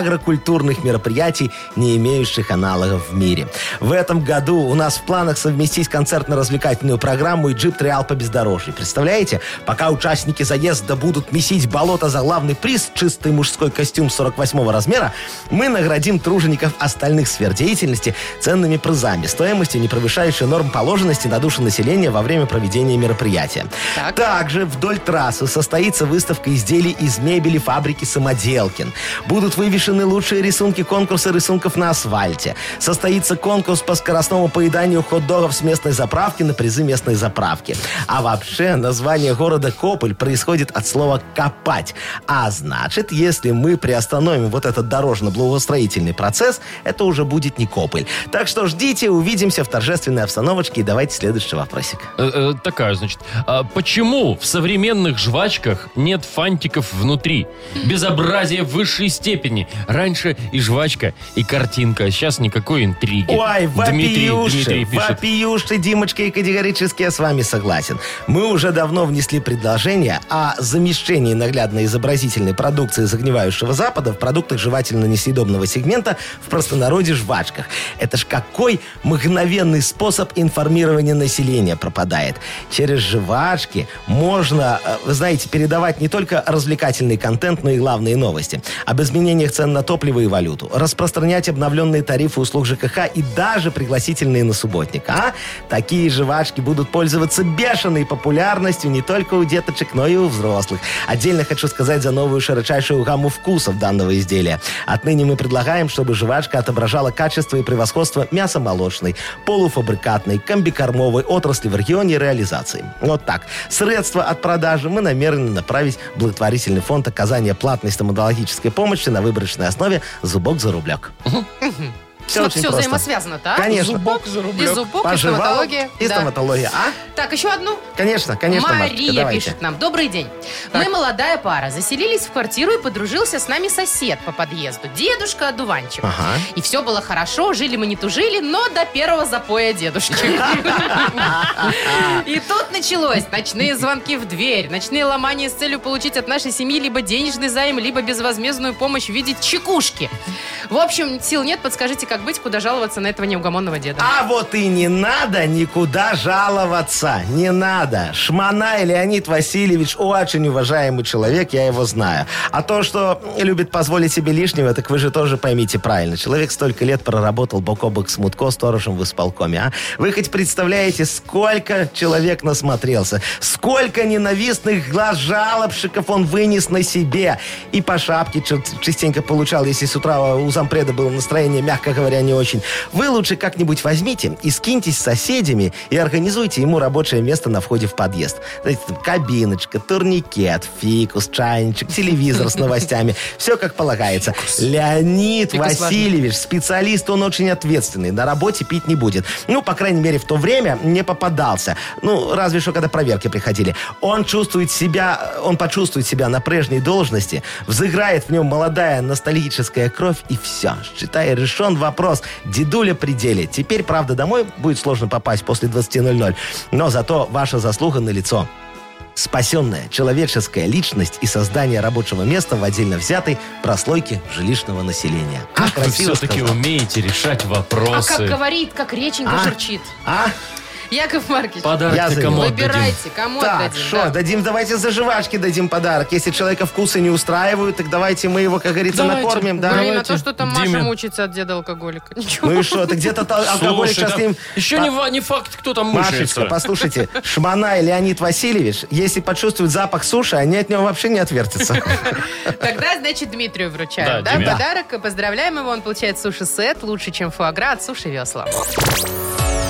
[SPEAKER 3] агрокультурных мероприятий, не имеющих аналогов в мире. В этом году у нас в планах совместить концертно-развлекательную программу и джип-триал по бездорожью. Представляете? Пока участники заезда будут месить болото за главный приз, чистый мужской костюм 48 размера, мы наградим тружеников остальных сфер деятельности ценными призами, стоимостью, не превышающей норм положенности на душу населения во время проведения мероприятия.
[SPEAKER 1] Так.
[SPEAKER 3] Также вдоль трассы состоится выставка изделий из мебели фабрики «Самоделкин». Будут вывешены лучшие рисунки конкурса рисунков на асфальте. Состоится конкурс по скоростному поеданию хот-догов с местной заправки на призы местной заправки. А вообще, название города Кополь происходит от слова «копать». А значит, если мы приостановим вот этот дорожно-благоустроительный процесс, это уже будет не Кополь. Так что ждите, увидимся в торжественной обстановочке и давайте следующий вопросик.
[SPEAKER 2] Э, э, такая, значит. А почему в современных жвачках нет фантиков внутри? Безобразие высшей степени. Раньше и жвачка, и картинка. а Сейчас никакой интриги.
[SPEAKER 3] Ой,
[SPEAKER 2] Дмитрий, Дмитрий
[SPEAKER 3] вопиюши,
[SPEAKER 2] пишет.
[SPEAKER 3] вопиюши, Димочка, и категорически я с вами согласен. Мы уже давно внесли предложение о замещении наглядно-изобразительной продукции загнивающего Запада в продуктах жевательно-несъедобного сегмента в простонародье жвачках. Это ж какой мгновенный способ информирования населения пропадает. Через жвачки можно, э, вы знаете, знаете, передавать не только развлекательный контент, но и главные новости. Об изменениях цен на топливо и валюту. Распространять обновленные тарифы услуг ЖКХ и даже пригласительные на субботник. А? Такие жвачки будут пользоваться бешеной популярностью не только у деточек, но и у взрослых. Отдельно хочу сказать за новую широчайшую гамму вкусов данного изделия. Отныне мы предлагаем, чтобы жвачка отображала качество и превосходство мясомолочной, полуфабрикатной, комбикормовой отрасли в регионе реализации. Вот так. Средства от продажи мы намерены направить в благотворительный фонд оказания платной стоматологической помощи на выборочной основе «Зубок за рублек». Все
[SPEAKER 1] Ну,
[SPEAKER 3] очень
[SPEAKER 1] всё
[SPEAKER 3] просто.
[SPEAKER 1] взаимосвязано, да?
[SPEAKER 3] Конечно.
[SPEAKER 2] Зубок за
[SPEAKER 1] И
[SPEAKER 2] рублёк.
[SPEAKER 1] зубок, и
[SPEAKER 3] Пожевал,
[SPEAKER 1] стоматология.
[SPEAKER 3] И
[SPEAKER 1] да.
[SPEAKER 3] стоматология, а?
[SPEAKER 1] Так, еще одну.
[SPEAKER 3] Конечно, конечно, Машечка,
[SPEAKER 1] Мария
[SPEAKER 3] давайте.
[SPEAKER 1] пишет нам. Добрый день. Мы молодая пара. Заселились в квартиру и подружился с нами сосед по подъезду. Дедушка одуванчик.
[SPEAKER 3] Ага.
[SPEAKER 1] И все было хорошо, жили мы не тужили, но до первого запоя дедушки. И тут началось. Ночные звонки в дверь, ночные ломания с целью получить от нашей семьи либо денежный займ, либо безвозмездную помощь в виде чекушки. В общем, сил нет, подскажите, как быть, куда жаловаться на этого неугомонного деда.
[SPEAKER 3] А вот и не надо никуда жаловаться. Не надо. Шмана Леонид Васильевич очень уважаемый человек, я его знаю. А то, что любит позволить себе лишнего, так вы же тоже поймите правильно. Человек столько лет проработал бок о бок с Мутко, сторожем в исполкоме, а? Вы хоть представляете, сколько человек насмотрелся, сколько ненавистных глаз жалобщиков он вынес на себе. И по шапке чер- частенько получал, если с утра у зампреда было настроение, мягко говоря, не очень. Вы лучше как-нибудь возьмите и скиньтесь с соседями и организуйте ему рабочее место на входе в подъезд. Знаете, там кабиночка, турникет, фикус, чайничек, телевизор с новостями. Все как полагается. Леонид
[SPEAKER 1] Фикус важно.
[SPEAKER 3] Васильевич, специалист, он очень ответственный. На работе пить не будет. Ну, по крайней мере, в то время не попадался. Ну, разве что, когда проверки приходили. Он чувствует себя, он почувствует себя на прежней должности, взыграет в нем молодая ностальгическая кровь, и все. Считай, решен вопрос. Дедуля при деле. Теперь, правда, домой будет сложно попасть после 20.00. Но зато ваша заслуга на лицо. Спасенная человеческая личность и создание рабочего места в отдельно взятой прослойке жилищного населения. А,
[SPEAKER 2] Как вы
[SPEAKER 3] красиво
[SPEAKER 2] все-таки
[SPEAKER 3] сказал.
[SPEAKER 2] умеете решать
[SPEAKER 1] А как
[SPEAKER 2] вопросы.
[SPEAKER 1] говорит, как реченька
[SPEAKER 3] А?
[SPEAKER 1] журчит.
[SPEAKER 3] А?
[SPEAKER 1] Яков Маркич,
[SPEAKER 3] Я
[SPEAKER 2] Подарок ты
[SPEAKER 3] завел.
[SPEAKER 2] кому отдадим?
[SPEAKER 1] выбирайте, кому
[SPEAKER 3] Так,
[SPEAKER 1] отдадим,
[SPEAKER 3] что,
[SPEAKER 1] да.
[SPEAKER 3] дадим, давайте за жвачки дадим подарок. Если человека вкусы не устраивают, так давайте мы его, как говорится,
[SPEAKER 2] Давайте.
[SPEAKER 3] накормим, да?
[SPEAKER 2] Давай.
[SPEAKER 1] Блин, а
[SPEAKER 2] Давайте,
[SPEAKER 1] то, что там
[SPEAKER 2] Диме.
[SPEAKER 1] Маша мучается от деда алкоголика. Ничего.
[SPEAKER 3] Ну и что, ты где-то та- алкоголик
[SPEAKER 2] Слушай,
[SPEAKER 3] сейчас с
[SPEAKER 2] да.
[SPEAKER 3] ним...
[SPEAKER 2] Еще
[SPEAKER 3] Та-
[SPEAKER 2] не, ва- не факт, кто там
[SPEAKER 3] Машечка,
[SPEAKER 2] мушается.
[SPEAKER 3] послушайте, Шмана и Леонид Васильевич, если почувствуют запах суши, они от него вообще не отвертятся.
[SPEAKER 1] Тогда, значит, Дмитрию вручаем,
[SPEAKER 2] Да,
[SPEAKER 1] да,
[SPEAKER 2] Диме.
[SPEAKER 1] подарок. И Поздравляем его, он получает суши-сет лучше, чем фуагра от суши весла.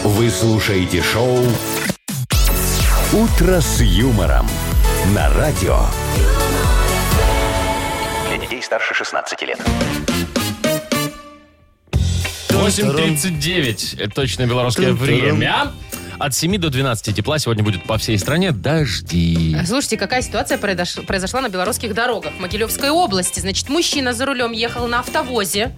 [SPEAKER 4] Вы слушаете шоу «Утро с юмором» на радио.
[SPEAKER 6] Для детей старше 16 лет.
[SPEAKER 2] 8.39. Это точное белорусское
[SPEAKER 3] Тун-турум.
[SPEAKER 2] время. От 7 до 12 тепла сегодня будет по всей стране. Дожди.
[SPEAKER 1] Слушайте, какая ситуация произош- произошла на белорусских дорогах в Могилевской области. Значит, мужчина за рулем ехал на автовозе.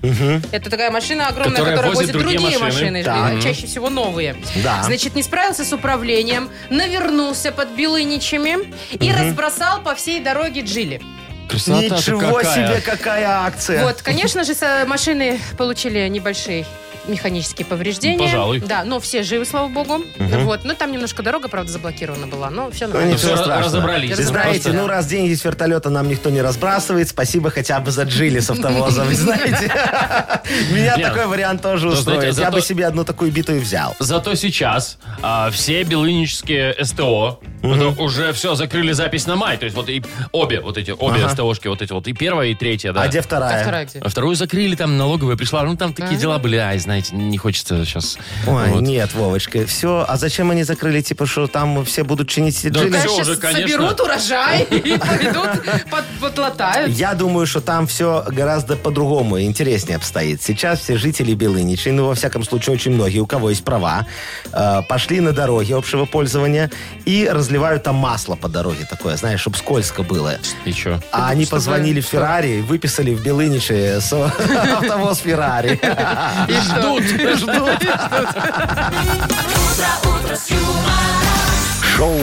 [SPEAKER 1] Это такая машина огромная,
[SPEAKER 2] Которая
[SPEAKER 1] которая,
[SPEAKER 2] возит
[SPEAKER 1] возит,
[SPEAKER 2] другие
[SPEAKER 1] другие
[SPEAKER 2] машины.
[SPEAKER 1] машины,
[SPEAKER 3] Так.
[SPEAKER 1] э, чаще всего новые.
[SPEAKER 3] Да.
[SPEAKER 1] Значит, не справился с управлением, навернулся под Белыничами и разбросал по всей дороге джили.
[SPEAKER 2] Красота-то
[SPEAKER 3] Ничего
[SPEAKER 2] какая.
[SPEAKER 3] себе, какая
[SPEAKER 2] Э.
[SPEAKER 3] акция.
[SPEAKER 1] Вот, конечно же, со- машины получили небольшие механические повреждения.
[SPEAKER 2] Пожалуй.
[SPEAKER 1] Да, но все живы, слава богу. Вот, ну там немножко дорога, правда, заблокирована была, но все
[SPEAKER 3] Ну,
[SPEAKER 1] нормально.
[SPEAKER 3] ничего
[SPEAKER 2] все раз-
[SPEAKER 3] страшного.
[SPEAKER 2] разобрались.
[SPEAKER 3] Вы знаете,
[SPEAKER 1] Просто-
[SPEAKER 3] ну раз деньги с вертолета нам никто не разбрасывает, спасибо хотя бы за джили с автовозом, вы знаете. Меня
[SPEAKER 2] Нет.
[SPEAKER 3] такой вариант тоже
[SPEAKER 2] Ну, знаете,
[SPEAKER 3] устроит. Я
[SPEAKER 2] зато-
[SPEAKER 3] бы себе одну такую битую взял.
[SPEAKER 2] Зато сейчас а, все белынические СТО это уже все закрыли запись на май. То есть вот и обе вот эти, обе СТОшки, вот эти вот, и первая, и третья, да.
[SPEAKER 3] А где
[SPEAKER 1] А
[SPEAKER 3] вторая?
[SPEAKER 1] вторая где?
[SPEAKER 2] А Вторую закрыли, там налоговая пришла. Ну, там такие дела были. Ай, знаете, не хочется сейчас.
[SPEAKER 3] Ой,
[SPEAKER 2] Вот.
[SPEAKER 3] нет, Вовочка, все. А зачем они закрыли, типа, что там все будут чинить
[SPEAKER 2] Да,
[SPEAKER 3] джили?
[SPEAKER 2] всё
[SPEAKER 1] Сейчас
[SPEAKER 2] уже, конечно.
[SPEAKER 1] соберут урожай и поведут, под- подлатают.
[SPEAKER 3] Я думаю, что там все гораздо по-другому и интереснее обстоит. Сейчас все жители Белыничи, ну, во всяком случае, очень многие, у кого есть права, э, пошли на дороги общего пользования и разливают там масло по дороге такое, знаешь, чтобы скользко было.
[SPEAKER 2] И чё?
[SPEAKER 3] А они позвонили в Феррари и выписали в Белыниче с автовоз Феррари.
[SPEAKER 2] И А, ждут.
[SPEAKER 4] Шоу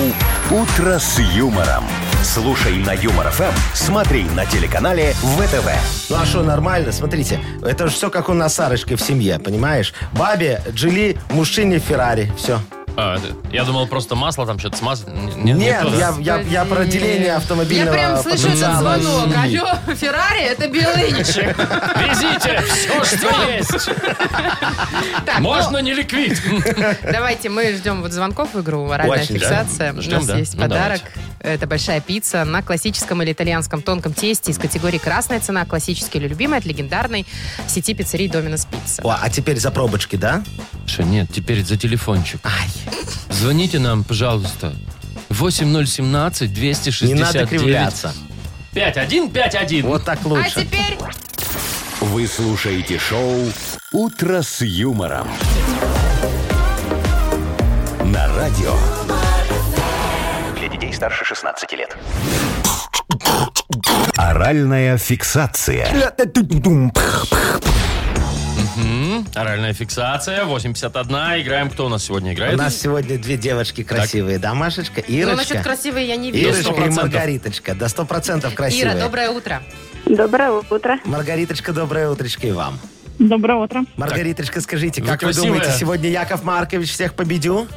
[SPEAKER 4] «Утро с юмором». Слушай на Юмор ФМ, смотри на телеканале ВТВ.
[SPEAKER 3] Ну а что, нормально? Смотрите, это же все как у нас с Сарочкой в семье, понимаешь? Бабе, Джили, мужчине Феррари. Все.
[SPEAKER 2] А, я думал, просто масло там что-то смазать. Н-
[SPEAKER 3] Нет,
[SPEAKER 2] нету, да?
[SPEAKER 3] я, я, я про деление
[SPEAKER 1] Я
[SPEAKER 3] автомобильного
[SPEAKER 1] прям слышу этот
[SPEAKER 3] потенциала.
[SPEAKER 1] звонок.
[SPEAKER 3] М.
[SPEAKER 1] Алло, Феррари, это Белынчик.
[SPEAKER 2] Везите все, что есть.
[SPEAKER 1] Так,
[SPEAKER 2] Можно не ликвид.
[SPEAKER 1] ну, давайте мы ждем вот звонков в игру. Оральная
[SPEAKER 3] Очень, да.
[SPEAKER 1] фиксация. У
[SPEAKER 2] Ждем,
[SPEAKER 1] нас
[SPEAKER 2] да.
[SPEAKER 1] есть
[SPEAKER 2] Ну,
[SPEAKER 1] подарок. Это большая пицца на классическом или итальянском тонком тесте из категории «Красная цена», классический или любимый от легендарной сети пиццерий «Доминос Пицца».
[SPEAKER 3] О, а теперь за пробочки, да?
[SPEAKER 2] Что, нет, теперь за телефончик. Звоните нам, пожалуйста. 8017 269
[SPEAKER 3] Не надо кривляться.
[SPEAKER 2] 5151.
[SPEAKER 3] Вот так
[SPEAKER 1] А
[SPEAKER 3] лучше.
[SPEAKER 1] теперь
[SPEAKER 4] Вы слушаете шоу «Утро с юмором». На радио
[SPEAKER 6] Для детей старше 16 лет.
[SPEAKER 4] «Оральная фиксация».
[SPEAKER 2] Оральная фиксация, 851. Играем. Кто у нас сегодня
[SPEAKER 3] У
[SPEAKER 2] играет?
[SPEAKER 3] нас сегодня две девочки красивые, да, Машечка?
[SPEAKER 1] Ну, насчет
[SPEAKER 3] Ирочка.
[SPEAKER 1] красивой я не вижу.
[SPEAKER 3] Ирочка и
[SPEAKER 2] 100%.
[SPEAKER 3] Маргариточка. До сто процентов красивые.
[SPEAKER 1] Ира, доброе утро.
[SPEAKER 5] Доброе утро.
[SPEAKER 3] Маргариточка, доброе утречко и вам.
[SPEAKER 7] Доброе утро.
[SPEAKER 3] Маргариточка, скажите,
[SPEAKER 2] Вы
[SPEAKER 3] как вы
[SPEAKER 2] красивая.
[SPEAKER 3] думаете, сегодня Яков Маркович всех победил?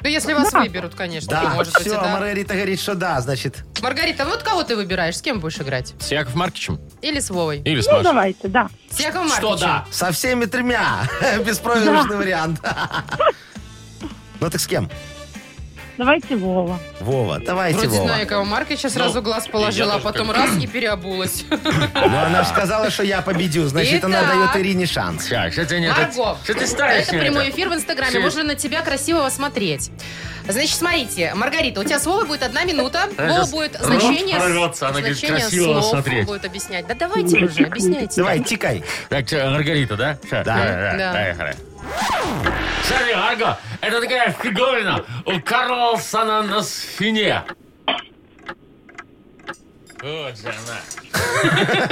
[SPEAKER 1] Ну, если вас выберут, конечно.
[SPEAKER 3] Да,
[SPEAKER 1] может быть, и
[SPEAKER 3] все,
[SPEAKER 1] да.
[SPEAKER 3] Маргарита говорит, что да, значит.
[SPEAKER 1] Маргарита, ну вот кого ты выбираешь? С кем будешь играть?
[SPEAKER 2] С Яков Маркичем
[SPEAKER 1] Или с Вовой?
[SPEAKER 2] или с
[SPEAKER 7] Ну,
[SPEAKER 2] Машей?
[SPEAKER 7] давайте, да.
[SPEAKER 1] С Яковом
[SPEAKER 2] Что
[SPEAKER 1] Марковичем?
[SPEAKER 2] да?
[SPEAKER 3] Со всеми тремя. Беспроигрышный вариант. Ну так с кем?
[SPEAKER 7] Давайте Вова.
[SPEAKER 3] Вова, давайте
[SPEAKER 1] Вроде
[SPEAKER 3] Вова.
[SPEAKER 1] на Якова Марковича сразу
[SPEAKER 2] Ну,
[SPEAKER 1] глаз положила,
[SPEAKER 2] я
[SPEAKER 1] а
[SPEAKER 2] тоже
[SPEAKER 1] потом
[SPEAKER 2] как-
[SPEAKER 1] раз и переобулась.
[SPEAKER 3] Ну она же сказала, что я победю, значит она
[SPEAKER 1] Итак.
[SPEAKER 3] дает Ирине шанс.
[SPEAKER 2] Так, что ты не
[SPEAKER 1] Марго,
[SPEAKER 2] Что ты ставишь
[SPEAKER 1] это
[SPEAKER 2] на
[SPEAKER 1] прямой
[SPEAKER 2] это?
[SPEAKER 1] эфир в Инстаграме,
[SPEAKER 2] Всё.
[SPEAKER 1] можно на тебя красивого смотреть. Значит, смотрите, Маргарита, у тебя слово будет одна минута,
[SPEAKER 2] Она
[SPEAKER 1] Вова
[SPEAKER 2] сейчас
[SPEAKER 1] будет
[SPEAKER 2] рот
[SPEAKER 1] значение,
[SPEAKER 2] прорвётся, она говорит,
[SPEAKER 1] значение
[SPEAKER 2] красивого
[SPEAKER 1] слов
[SPEAKER 2] смотреть.
[SPEAKER 1] будет объяснять. Да давайте уже, объясняйте.
[SPEAKER 3] Давай, тикай.
[SPEAKER 2] Так, чё, Маргарита, да? Всё,
[SPEAKER 3] Да.
[SPEAKER 2] Да,
[SPEAKER 1] Да.
[SPEAKER 2] да, да. Смотри, Марго, это такая фиговина у Карлсона на спине. Вот же она.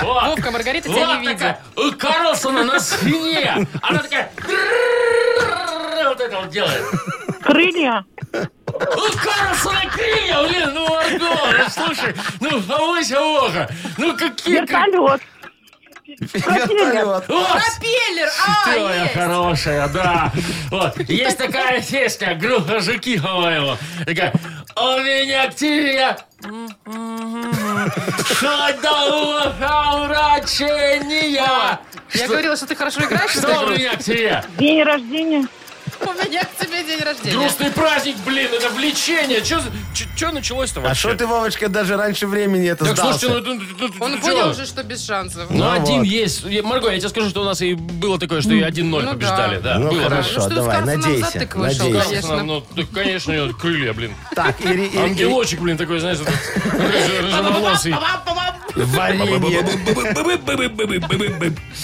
[SPEAKER 2] Вот.
[SPEAKER 1] Вовка, Маргарита
[SPEAKER 2] Вот
[SPEAKER 1] тебя не видит.
[SPEAKER 2] такая, у Карлсона на спине. Она такая... «Тррррррр», Вот это вот делает.
[SPEAKER 7] Крылья.
[SPEAKER 2] У Карлсона крылья, блин, ну, Марго, ну, слушай, ну, авось авоха. Ну, какие... кры-
[SPEAKER 7] Вертолет.
[SPEAKER 3] Вертолет.
[SPEAKER 2] Вот,
[SPEAKER 1] Пропеллер, а,
[SPEAKER 2] Твоя
[SPEAKER 1] есть.
[SPEAKER 2] хорошая, да. Вот. Есть такая песня, группа Жукихова его. Такая, у меня к тебе м-м-м, что до умопомрачения.
[SPEAKER 1] Я говорила, что ты хорошо играешь. но
[SPEAKER 2] Что у меня к тебе?
[SPEAKER 7] День рождения.
[SPEAKER 1] У меня к тебе день рождения.
[SPEAKER 2] Грустный праздник, блин, это влечение. Че началось-то
[SPEAKER 3] А
[SPEAKER 2] вообще?
[SPEAKER 3] что ты, Вовочка, даже раньше времени это
[SPEAKER 2] Так, слушайте, ну,
[SPEAKER 3] сдался?
[SPEAKER 2] ну, ну, ну,
[SPEAKER 1] Он
[SPEAKER 2] ну,
[SPEAKER 1] понял
[SPEAKER 2] чё?
[SPEAKER 1] уже, что без шансов.
[SPEAKER 2] Ну,
[SPEAKER 3] Ну,
[SPEAKER 2] один
[SPEAKER 3] вот.
[SPEAKER 2] есть. Я- Марго, я тебе скажу, что у нас и было такое, что и 1-0
[SPEAKER 1] Ну,
[SPEAKER 2] побеждали. Да,
[SPEAKER 1] да.
[SPEAKER 3] Ну,
[SPEAKER 2] было.
[SPEAKER 3] хорошо.
[SPEAKER 1] Ну, что ты
[SPEAKER 3] давай,
[SPEAKER 1] в Карлсона
[SPEAKER 3] надейся,
[SPEAKER 1] затык вышел,
[SPEAKER 3] надейся.
[SPEAKER 1] конечно.
[SPEAKER 2] Ну, ну, конечно, у него крылья, блин.
[SPEAKER 3] Так, Ири- Ири- Ири-
[SPEAKER 2] Ангелочек, блин, такой, знаешь, этот рыжий- рыжеволосый.
[SPEAKER 3] Варенье.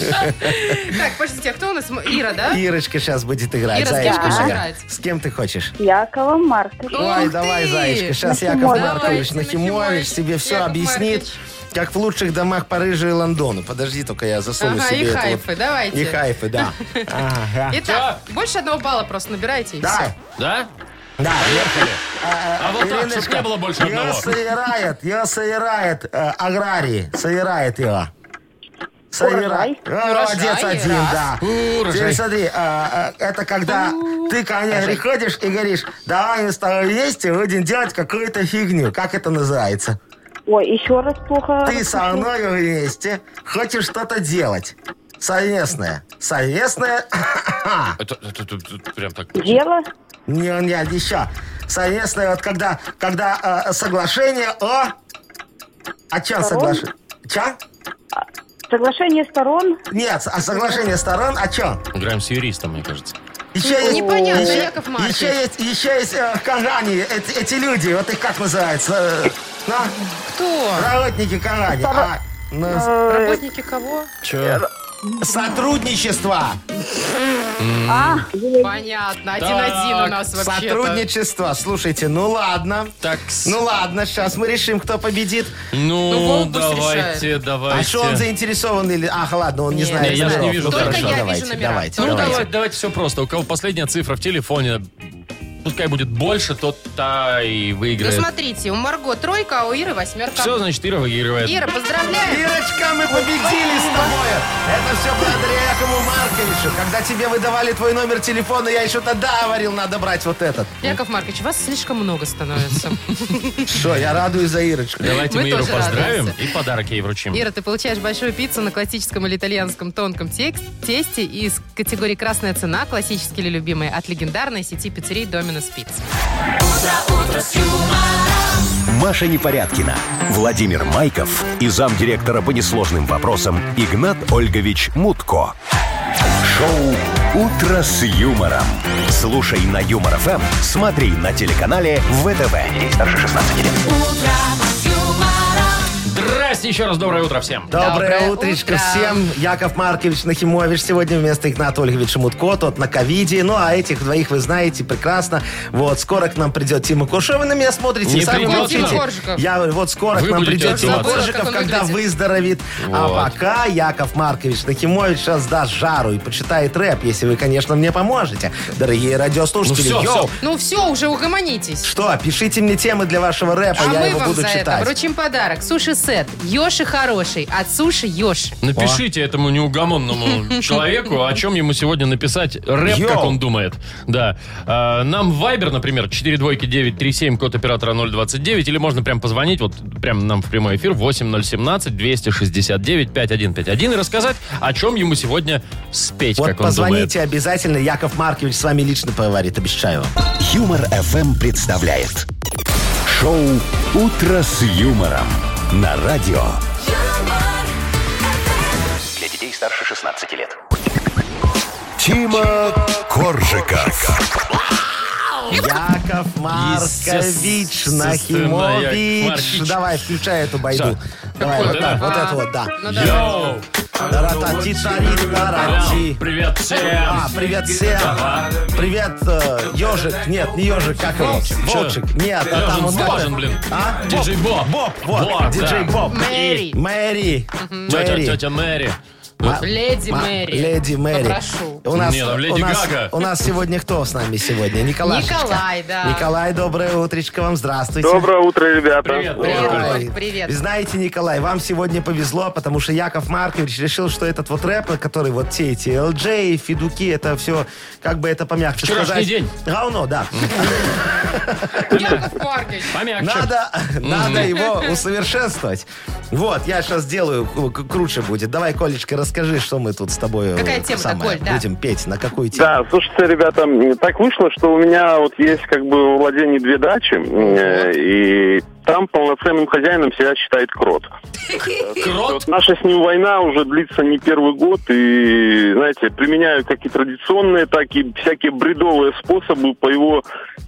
[SPEAKER 1] Так, подождите, а кто у нас? М- Ира, да?
[SPEAKER 3] Ирочка сейчас будет играть.
[SPEAKER 1] Ира, с кем
[SPEAKER 3] Заячка
[SPEAKER 1] будешь
[SPEAKER 3] моя.
[SPEAKER 1] играть?
[SPEAKER 3] С кем ты хочешь?
[SPEAKER 5] Якова Марковича.
[SPEAKER 1] Ух
[SPEAKER 3] Ой,
[SPEAKER 1] ты!
[SPEAKER 3] давай, Заячка, сейчас Яков
[SPEAKER 5] Нахимович.
[SPEAKER 3] Маркович
[SPEAKER 1] Давайте,
[SPEAKER 3] Нахимович
[SPEAKER 1] Нахимович,
[SPEAKER 3] тебе все
[SPEAKER 1] Яков
[SPEAKER 3] объяснит,
[SPEAKER 1] Маркович.
[SPEAKER 3] как в лучших домах Парижа и Лондона. Подожди, только я засуну
[SPEAKER 1] Ага,
[SPEAKER 3] себе
[SPEAKER 1] и
[SPEAKER 3] это вот-
[SPEAKER 1] хайфы, давайте.
[SPEAKER 3] И хайфы, да. Ага.
[SPEAKER 1] Итак, больше одного балла просто набирайте. и
[SPEAKER 3] Да,
[SPEAKER 2] Да?
[SPEAKER 3] да.
[SPEAKER 2] А вот так, чтобы не было больше
[SPEAKER 3] Ее
[SPEAKER 2] одного.
[SPEAKER 3] собирает, ее собирает э, аграрии, собирает его. Собирает. Молодец
[SPEAKER 1] Урожай,
[SPEAKER 3] один,
[SPEAKER 1] раз.
[SPEAKER 3] да. Теперь
[SPEAKER 2] Урожай.
[SPEAKER 3] смотри, а, а, это когда ты ко мне приходишь и говоришь, давай мы с тобой вместе будем делать какую-то фигню. Как это называется?
[SPEAKER 5] Ой, еще раз плохо.
[SPEAKER 3] Ты со мной вместе хочешь что-то делать. Совместное. Совместное.
[SPEAKER 2] Это, это- это- это прям так.
[SPEAKER 5] Дело.
[SPEAKER 3] Не, не, еще. Совместное, вот когда, когда э, соглашение о... О чем
[SPEAKER 5] Сторон?
[SPEAKER 3] соглашение? Че?
[SPEAKER 5] Соглашение сторон.
[SPEAKER 3] Нет, а соглашение сторон о чем?
[SPEAKER 2] Играем с юристом, мне кажется.
[SPEAKER 3] Еще есть,
[SPEAKER 1] Непонятно,
[SPEAKER 3] еще,
[SPEAKER 1] Яков Маркович.
[SPEAKER 3] Еще есть, еще есть э, в Казани эти, эти люди, вот их как называются? э, на,
[SPEAKER 1] Кто?
[SPEAKER 3] работники Казани. А, на-
[SPEAKER 1] Работники кого?
[SPEAKER 2] Че?
[SPEAKER 3] сотрудничество.
[SPEAKER 1] Понятно, один-один у нас вообще
[SPEAKER 3] Сотрудничество. Слушайте, ну ладно.
[SPEAKER 2] Так,
[SPEAKER 3] Ну ладно, сейчас мы решим, кто победит.
[SPEAKER 1] Ну,
[SPEAKER 2] ну,
[SPEAKER 1] Вов пусть
[SPEAKER 2] давайте,
[SPEAKER 1] решает.
[SPEAKER 2] давайте.
[SPEAKER 3] А что он заинтересован или... Ах, ладно, он не
[SPEAKER 1] Нет,
[SPEAKER 3] знает.
[SPEAKER 2] я же не
[SPEAKER 3] номеров.
[SPEAKER 2] вижу
[SPEAKER 3] Ну,
[SPEAKER 2] номера.
[SPEAKER 3] хорошо,
[SPEAKER 1] Только я вижу
[SPEAKER 3] давайте,
[SPEAKER 1] номера.
[SPEAKER 3] Давайте,
[SPEAKER 2] Ну,
[SPEAKER 3] давайте.
[SPEAKER 2] давайте, давайте все просто. У кого последняя цифра в телефоне, пускай будет больше, тот та и
[SPEAKER 1] Ну,
[SPEAKER 2] выиграет.
[SPEAKER 1] смотрите, у Марго тройка, а у Иры восьмерка.
[SPEAKER 2] Все, значит, Ира выигрывает.
[SPEAKER 1] Ира, поздравляем!
[SPEAKER 3] Ирочка, мы победили с тобой. Это все благодаря Якову Марковичу. Когда тебе выдавали твой номер телефона, я еще тогда говорил, надо брать вот этот.
[SPEAKER 1] Яков Маркович, вас слишком много становится.
[SPEAKER 3] Что, я радуюсь за Ирочку.
[SPEAKER 2] Давайте мы,
[SPEAKER 1] Мы
[SPEAKER 2] Иру
[SPEAKER 1] тоже
[SPEAKER 2] поздравим
[SPEAKER 1] радуемся.
[SPEAKER 2] и подарок ей вручим.
[SPEAKER 1] Ира, ты получаешь большую пиццу на классическом или итальянском тонком текст- тесте из категории «Красная цена», классический или любимый, от легендарной сети пиццерий Доминос Пицца.
[SPEAKER 4] Маша Непорядкина, Владимир Майков и замдиректора по несложным вопросам Игнат Ольгович Мутко. Шоу «Утро с юмором». Слушай на Юмор ФМ, смотри на телеканале ВТВ. Ей старше 16 лет.
[SPEAKER 2] Здрасте, еще раз доброе утро всем.
[SPEAKER 3] Доброе,
[SPEAKER 1] Доброе
[SPEAKER 3] утречко
[SPEAKER 1] утро.
[SPEAKER 3] всем. Яков Маркович Нахимович сегодня вместо Игната Ольговича Мутко, тот на ковиде. Ну, а этих двоих вы знаете прекрасно. Вот, скоро к нам придет Тима Куршев. Вы на меня смотрите
[SPEAKER 2] Не
[SPEAKER 3] и сами
[SPEAKER 2] придет
[SPEAKER 3] молчите.
[SPEAKER 1] Тима Коржиков.
[SPEAKER 3] Я говорю, вот скоро
[SPEAKER 2] Вы
[SPEAKER 3] к нам
[SPEAKER 2] будете
[SPEAKER 3] придет Тима
[SPEAKER 2] отдуваться.
[SPEAKER 1] Забыла, как он
[SPEAKER 3] Коржиков, когда
[SPEAKER 1] выглядит.
[SPEAKER 3] выздоровеет.
[SPEAKER 2] Вот.
[SPEAKER 3] А пока Яков Маркович Нахимович сейчас даст жару и почитает рэп, если вы, конечно, мне поможете. Дорогие радиослушатели,
[SPEAKER 2] Ну всё,
[SPEAKER 3] йоу.
[SPEAKER 2] всё.
[SPEAKER 1] Ну все, уже угомонитесь.
[SPEAKER 3] Что, пишите мне темы для вашего рэпа,
[SPEAKER 1] А
[SPEAKER 3] я
[SPEAKER 1] мы
[SPEAKER 3] его
[SPEAKER 1] вам
[SPEAKER 3] буду
[SPEAKER 1] за это
[SPEAKER 3] читать.
[SPEAKER 1] вручим подарок. Суши-сет. Йоши хороший. От суши Йоши.
[SPEAKER 2] Напишите этому неугомонному человеку, о чем ему сегодня написать рэп,
[SPEAKER 3] Йоу.
[SPEAKER 2] как он думает. Да. А, Нам в Viber, например, 42937, код оператора 029, или можно прям позвонить, вот прям нам в прямой эфир 8017-269-5151 и рассказать, о чем ему сегодня спеть,
[SPEAKER 3] Вот
[SPEAKER 2] как он думает.
[SPEAKER 3] позвоните обязательно, Яков Маркович с вами лично поговорит, обещаю вам.
[SPEAKER 4] Юмор ФМ представляет шоу Утро с юмором на радио.
[SPEAKER 6] Для детей старше 16 лет.
[SPEAKER 4] Тима Коржика.
[SPEAKER 3] Яков Маркович
[SPEAKER 2] Естественно, Яков
[SPEAKER 3] Нахимович.
[SPEAKER 2] Маркович.
[SPEAKER 3] Давай, включай эту байду.
[SPEAKER 2] Всё.
[SPEAKER 3] Давай,
[SPEAKER 2] Какой,
[SPEAKER 3] вот
[SPEAKER 2] да?
[SPEAKER 3] так, вот это вот,
[SPEAKER 1] Ну
[SPEAKER 3] да.
[SPEAKER 1] да.
[SPEAKER 2] Йоу!
[SPEAKER 3] Ратати, тарит, тарати.
[SPEAKER 2] Привет
[SPEAKER 3] А,
[SPEAKER 2] всем!
[SPEAKER 3] привет всем. Привет, э, ежик. Нет, не ежик, как его? Волчик. Нет, а там
[SPEAKER 2] Ёжин
[SPEAKER 3] он такой.
[SPEAKER 2] Сложен, блин.
[SPEAKER 3] А?
[SPEAKER 2] Диджей Боб.
[SPEAKER 3] Боб, вот, диджей
[SPEAKER 2] да.
[SPEAKER 3] Боб.
[SPEAKER 1] Мэри.
[SPEAKER 3] Мэри.
[SPEAKER 2] Тетя,
[SPEAKER 3] Мэри.
[SPEAKER 2] тетя Мэри.
[SPEAKER 1] Леди
[SPEAKER 3] Ма-
[SPEAKER 1] Мэри.
[SPEAKER 3] А, Леди Мэри.
[SPEAKER 1] Попрошу.
[SPEAKER 3] У нас,
[SPEAKER 2] Не, там Леди
[SPEAKER 3] у, нас,
[SPEAKER 2] Гага.
[SPEAKER 3] у нас сегодня кто с нами сегодня? Николашечка.
[SPEAKER 1] Николай, да.
[SPEAKER 3] Николай, доброе утречко вам. Здравствуйте.
[SPEAKER 9] Доброе утро, ребята.
[SPEAKER 2] Привет,
[SPEAKER 3] Ой.
[SPEAKER 2] привет.
[SPEAKER 1] Привет, привет.
[SPEAKER 3] Вы Знаете, Николай, вам сегодня повезло, потому что Яков Маркович решил, что этот вот рэп, который вот все эти LJ, Федуки, это все, как бы это помягче
[SPEAKER 2] Вчерашний
[SPEAKER 3] сказать.
[SPEAKER 2] день.
[SPEAKER 3] Говно, да.
[SPEAKER 1] Яков Маркович.
[SPEAKER 2] Помягче.
[SPEAKER 3] Надо, надо его усовершенствовать. Вот, я сейчас сделаю, к- к- круче будет. Давай, Колечка, расскажи, что мы тут с тобой
[SPEAKER 1] Какая
[SPEAKER 3] э,
[SPEAKER 1] тема-то,
[SPEAKER 3] самое
[SPEAKER 1] Коль, да?
[SPEAKER 3] будем петь, на какую тему.
[SPEAKER 9] Да, слушайте, ребята, м, так вышло, что у меня вот есть как бы в владении две дачи, м, э, и там полноценным хозяином себя считает крот.
[SPEAKER 2] Крот.
[SPEAKER 9] Вот наша с ним война уже длится не первый год, и, знаете, применяю как и традиционные, так и всякие бредовые способы по его,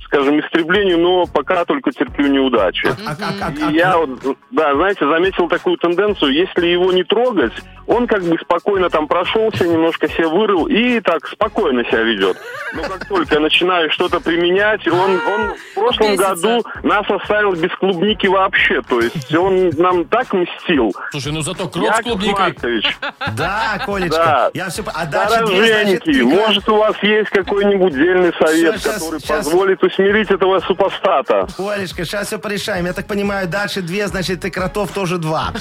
[SPEAKER 9] скажем, истреблению, но пока только терплю неудачи.
[SPEAKER 3] А- а- а-
[SPEAKER 9] И
[SPEAKER 3] а-
[SPEAKER 9] я вот, да, знаете, заметил такую тенденцию, если его не трогать, он как бы спокойно там прошелся, немножко себя вырыл и так спокойно себя ведет. Но как только я начинаю что-то применять, он, он в прошлом
[SPEAKER 1] Бесится.
[SPEAKER 9] году нас оставил без клубники вообще, то есть он нам так мстил.
[SPEAKER 2] Слушай, ну зато крот с
[SPEAKER 9] Яков
[SPEAKER 2] клубникой.
[SPEAKER 9] Маркович,
[SPEAKER 3] а, Да, Колечка,
[SPEAKER 9] Да.
[SPEAKER 3] я все... А дальше две, значит,
[SPEAKER 9] дороженьки,
[SPEAKER 3] ты, Коль.
[SPEAKER 9] может у вас есть какой-нибудь дельный совет,
[SPEAKER 3] Всё, щас,
[SPEAKER 9] который
[SPEAKER 3] щас.
[SPEAKER 9] позволит усмирить этого супостата?
[SPEAKER 3] Колечка, сейчас все порешаем. Я так понимаю, дальше две, значит, и кротов тоже два.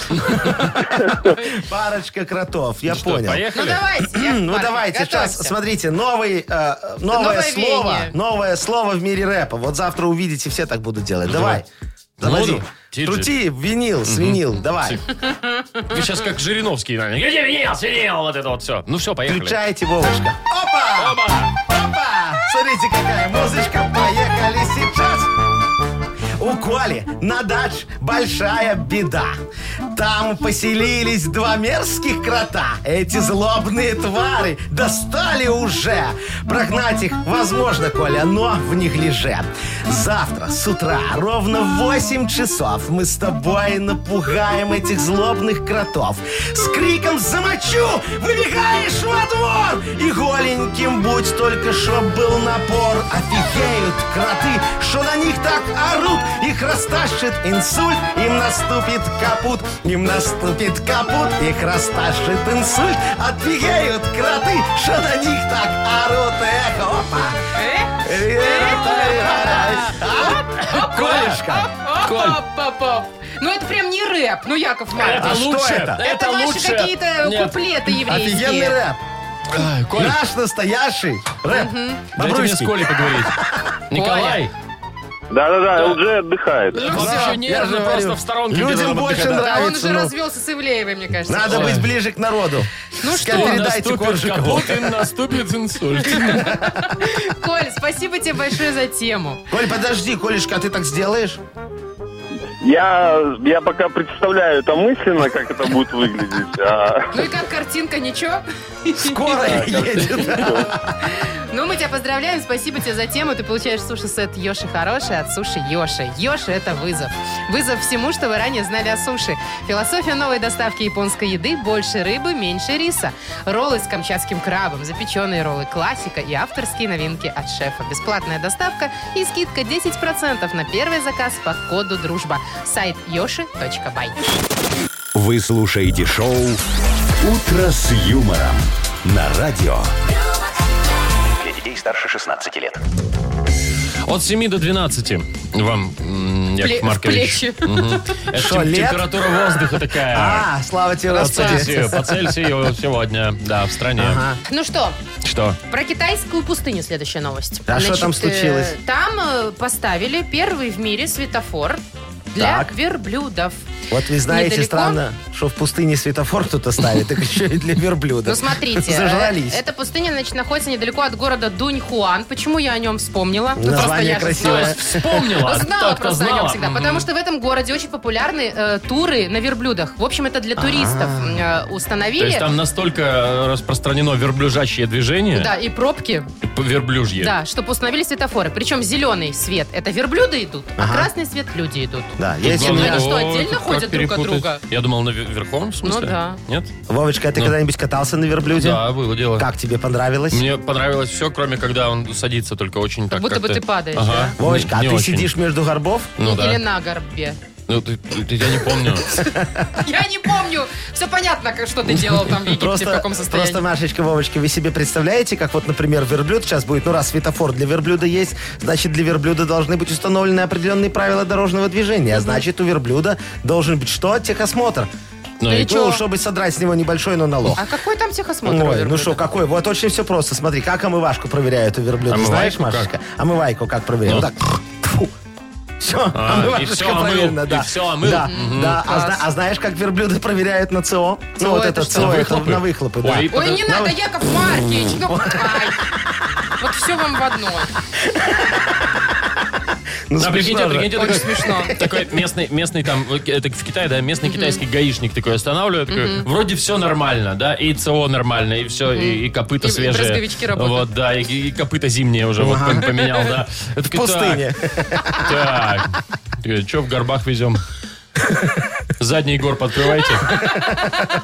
[SPEAKER 3] Парочка кротов, я
[SPEAKER 2] Что,
[SPEAKER 3] понял.
[SPEAKER 1] Ну
[SPEAKER 2] поехали?
[SPEAKER 1] давайте, Яков
[SPEAKER 3] Ну
[SPEAKER 1] Маркович,
[SPEAKER 3] давайте, сейчас,
[SPEAKER 1] готовься.
[SPEAKER 3] смотрите, новый, э,
[SPEAKER 1] Новое
[SPEAKER 3] новое слово,
[SPEAKER 1] веяние.
[SPEAKER 3] новое слово в мире рэпа. Вот завтра увидите, все так будут делать. Давай.
[SPEAKER 2] Ну, давай.
[SPEAKER 3] Заводи.
[SPEAKER 2] Ну, диджей.
[SPEAKER 3] Трути, винил, свинил,
[SPEAKER 2] Вы
[SPEAKER 3] давай.
[SPEAKER 2] сейчас как Жириновский, наверное. Где винил, свинил, вот это вот все. Ну все, поехали.
[SPEAKER 3] Включайте, Вовочка. Опа!
[SPEAKER 2] Опа!
[SPEAKER 3] Опа! Смотрите, какая музычка. Поехали сейчас. У Коли на дач большая беда. Там поселились два мерзких крота. Эти злобные твары достали уже. Прогнать их возможно, Коля, но в них леже. Завтра с утра ровно в 8 часов мы с тобой напугаем этих злобных кротов. С криком «Замочу!» выбегаешь во двор! И голеньким будь только, чтоб был напор. Офигеют кроты, что на них так орут. Их растащит инсульт, им наступит капут. Им наступит капут, их растащит инсульт.
[SPEAKER 1] Э?
[SPEAKER 3] Офигеют кроты, что на них так орут. Эх, опа! Колешка,
[SPEAKER 2] Коль.
[SPEAKER 1] Оп-оп-оп. Ну это прям не рэп, ну Яков
[SPEAKER 2] Это
[SPEAKER 3] А
[SPEAKER 1] Маркович.
[SPEAKER 3] что
[SPEAKER 2] лучше.
[SPEAKER 3] это?
[SPEAKER 2] Это,
[SPEAKER 1] Это ваши
[SPEAKER 2] лучше.
[SPEAKER 1] какие-то
[SPEAKER 2] Нет.
[SPEAKER 1] куплеты
[SPEAKER 3] Офигенный
[SPEAKER 1] еврейские.
[SPEAKER 3] рэп.
[SPEAKER 2] Ай, Коль,
[SPEAKER 3] Наш настоящий рэп.
[SPEAKER 2] дайте мне с
[SPEAKER 3] Бобруйский.
[SPEAKER 2] Колей поговорить. Николай,
[SPEAKER 9] Да-да-да, ЛД отдыхает.
[SPEAKER 2] он
[SPEAKER 3] Да,
[SPEAKER 2] еще
[SPEAKER 3] ну я же
[SPEAKER 2] нервно просто
[SPEAKER 3] говорю.
[SPEAKER 2] в сторонке.
[SPEAKER 3] Людям
[SPEAKER 2] где-то там
[SPEAKER 3] больше
[SPEAKER 2] отдыхает.
[SPEAKER 1] А он
[SPEAKER 3] нравится,
[SPEAKER 1] уже
[SPEAKER 3] ну.
[SPEAKER 1] развелся с Ивлеевой, мне кажется.
[SPEAKER 3] Надо
[SPEAKER 1] Ой.
[SPEAKER 3] быть ближе к народу.
[SPEAKER 1] Ну
[SPEAKER 3] Ска-
[SPEAKER 1] что,
[SPEAKER 3] Передайте
[SPEAKER 2] Наступит
[SPEAKER 3] Коржикову.
[SPEAKER 2] капот и наступит инсульт.
[SPEAKER 1] Коль, спасибо тебе большое за тему.
[SPEAKER 3] Коль, подожди, Колешка, а ты так сделаешь?
[SPEAKER 9] Я, я пока представляю это мысленно, как это будет выглядеть. а.
[SPEAKER 1] Ну и как картинка, ничего?
[SPEAKER 3] Скоро едет.
[SPEAKER 1] Ну, мы тебя поздравляем, спасибо тебе за тему. Ты получаешь суши-сет Йоши Хороший от Суши Йоши. Йоши – это вызов. Вызов всему, что вы ранее знали о суши. Философия новой доставки японской еды – больше рыбы, меньше риса. Роллы с камчатским крабом, запеченные роллы классика и авторские новинки от шефа. Бесплатная доставка и скидка 10% на первый заказ по коду «Дружба». Сайт yoshi.by.
[SPEAKER 4] Вы слушаете шоу «Утро с юмором» на радио.
[SPEAKER 6] Для детей старше 16 лет.
[SPEAKER 2] От 7 до 12 вам, м,
[SPEAKER 1] Пле-
[SPEAKER 2] Яков
[SPEAKER 1] в
[SPEAKER 2] Маркович.
[SPEAKER 1] плечи.
[SPEAKER 2] Мгм. Это
[SPEAKER 3] Шо,
[SPEAKER 2] тем-
[SPEAKER 3] лет?
[SPEAKER 2] температура воздуха такая.
[SPEAKER 3] А, слава тебе,
[SPEAKER 2] По
[SPEAKER 3] Господи.
[SPEAKER 2] Цельсию, по Цельсию сегодня, да, в стране.
[SPEAKER 3] Ага.
[SPEAKER 1] Ну что,
[SPEAKER 2] Что?
[SPEAKER 1] Про китайскую пустыню следующая новость.
[SPEAKER 3] Да, А что там
[SPEAKER 1] э,
[SPEAKER 3] случилось?
[SPEAKER 1] Там э, поставили первый в мире светофор для
[SPEAKER 3] Так.
[SPEAKER 1] верблюдов.
[SPEAKER 3] Вот вы знаете,
[SPEAKER 1] Недалеко.
[SPEAKER 3] странно, что в пустыне светофор кто-то ставит, так еще и для верблюда.
[SPEAKER 1] Ну, смотрите, э,
[SPEAKER 3] Зажрались.
[SPEAKER 1] эта пустыня, значит, находится недалеко от города Дуньхуан. Почему я о нем вспомнила? Ну,
[SPEAKER 3] Название
[SPEAKER 1] просто я же
[SPEAKER 2] То
[SPEAKER 3] красивое.
[SPEAKER 1] знала.
[SPEAKER 2] есть вспомнила.
[SPEAKER 1] Знала
[SPEAKER 2] Так-то
[SPEAKER 1] просто о нем
[SPEAKER 2] знала.
[SPEAKER 1] всегда,
[SPEAKER 2] Мгм.
[SPEAKER 1] потому что в этом городе очень популярны э, туры на верблюдах. В общем, это для туристов
[SPEAKER 3] А.
[SPEAKER 2] То
[SPEAKER 1] э,
[SPEAKER 2] есть
[SPEAKER 1] установили.
[SPEAKER 2] там настолько э, распространено верблюжачье движение,
[SPEAKER 1] Да, и пробки,
[SPEAKER 2] п- верблюжье.
[SPEAKER 1] да, чтобы установили светофоры. Причем зеленый свет – это верблюды идут, а
[SPEAKER 3] Ага.
[SPEAKER 1] красный свет – люди идут.
[SPEAKER 3] Да,
[SPEAKER 2] Тут
[SPEAKER 3] если
[SPEAKER 2] главное-
[SPEAKER 3] меня-
[SPEAKER 1] Они что,
[SPEAKER 2] Ой,
[SPEAKER 1] отдельно
[SPEAKER 2] как
[SPEAKER 1] ходят друг от
[SPEAKER 2] перепутать?
[SPEAKER 1] друга? Ну
[SPEAKER 2] Я думал, на ве- верхом, в смысле?
[SPEAKER 1] да.
[SPEAKER 2] Нет?
[SPEAKER 3] Вовочка, а ты
[SPEAKER 2] Ну.
[SPEAKER 3] когда-нибудь катался на верблюде?
[SPEAKER 2] Да, было дело.
[SPEAKER 3] Как тебе понравилось?
[SPEAKER 2] Мне понравилось все, кроме когда он садится, только очень так
[SPEAKER 1] Как будто бы
[SPEAKER 2] как-то-
[SPEAKER 1] ты падаешь,
[SPEAKER 2] Ага.
[SPEAKER 3] Вовочка, а
[SPEAKER 2] Не-
[SPEAKER 3] ты
[SPEAKER 2] не очень.
[SPEAKER 3] сидишь между горбов?
[SPEAKER 2] Ну
[SPEAKER 1] Или
[SPEAKER 2] да.
[SPEAKER 1] на горбе.
[SPEAKER 2] Ну, ты- ты- я не помню.
[SPEAKER 1] Я не помню. Все понятно, как- что ты делал там в Египте, в
[SPEAKER 3] Просто,
[SPEAKER 1] каком состоянии.
[SPEAKER 3] просто, Машечка, Вовочка, вы себе представляете, как вот, например, верблюд сейчас будет, ну, раз светофор для верблюда есть, значит, для верблюда должны быть установлены определенные правила дорожного движения, а значит, у верблюда должен быть что? Техосмотр.
[SPEAKER 2] Ну
[SPEAKER 1] и
[SPEAKER 2] и
[SPEAKER 1] чё? Чего?
[SPEAKER 3] Ну, чтобы содрать с него небольшой, но налог.
[SPEAKER 1] А какой там техосмотр? у
[SPEAKER 3] Ой, ну
[SPEAKER 1] верблюда?
[SPEAKER 3] что, какой? Вот очень все просто. Смотри, как омывашку проверяют у верблюда.
[SPEAKER 2] Омывайку
[SPEAKER 3] Знаешь, Машечка? Омывайку как проверяют?
[SPEAKER 2] Ну.
[SPEAKER 3] Вот так. Фу. Все,
[SPEAKER 2] А, и всё омыл, и
[SPEAKER 3] да.
[SPEAKER 2] всё омыл.
[SPEAKER 3] Да,
[SPEAKER 2] Мгм.
[SPEAKER 3] да. А,
[SPEAKER 1] Класс.
[SPEAKER 3] зна- а знаешь, как верблюды проверяют на ЦО?
[SPEAKER 1] ЦО
[SPEAKER 3] ну, вот
[SPEAKER 1] это
[SPEAKER 3] это
[SPEAKER 1] что?
[SPEAKER 3] ЦО,
[SPEAKER 2] На
[SPEAKER 3] это
[SPEAKER 2] выхлопы?
[SPEAKER 3] на выхлопы, да.
[SPEAKER 2] Ой, и
[SPEAKER 1] Ой,
[SPEAKER 2] потом-
[SPEAKER 1] не надо, Яков Маркович. Ну, ай. Вот все вам в одно.
[SPEAKER 3] Ну,
[SPEAKER 2] Да, прикиньте,
[SPEAKER 3] смешно же.
[SPEAKER 2] прикиньте,
[SPEAKER 1] Очень
[SPEAKER 2] такой,
[SPEAKER 1] смешно.
[SPEAKER 2] такой местный, местный там, э, это в Китае, да, местный китайский гаишник такой останавливает, такой, вроде все нормально, да, и ЦО нормально, и все, и, и копыта
[SPEAKER 1] И
[SPEAKER 2] свежие.
[SPEAKER 1] брызговички работают.
[SPEAKER 2] Вот, да, и, и копыта зимние уже вот пом- поменял, да. Я такой, «Так,
[SPEAKER 3] пустыне.
[SPEAKER 2] Так, что в горбах везем? Задний гор подкрывайте.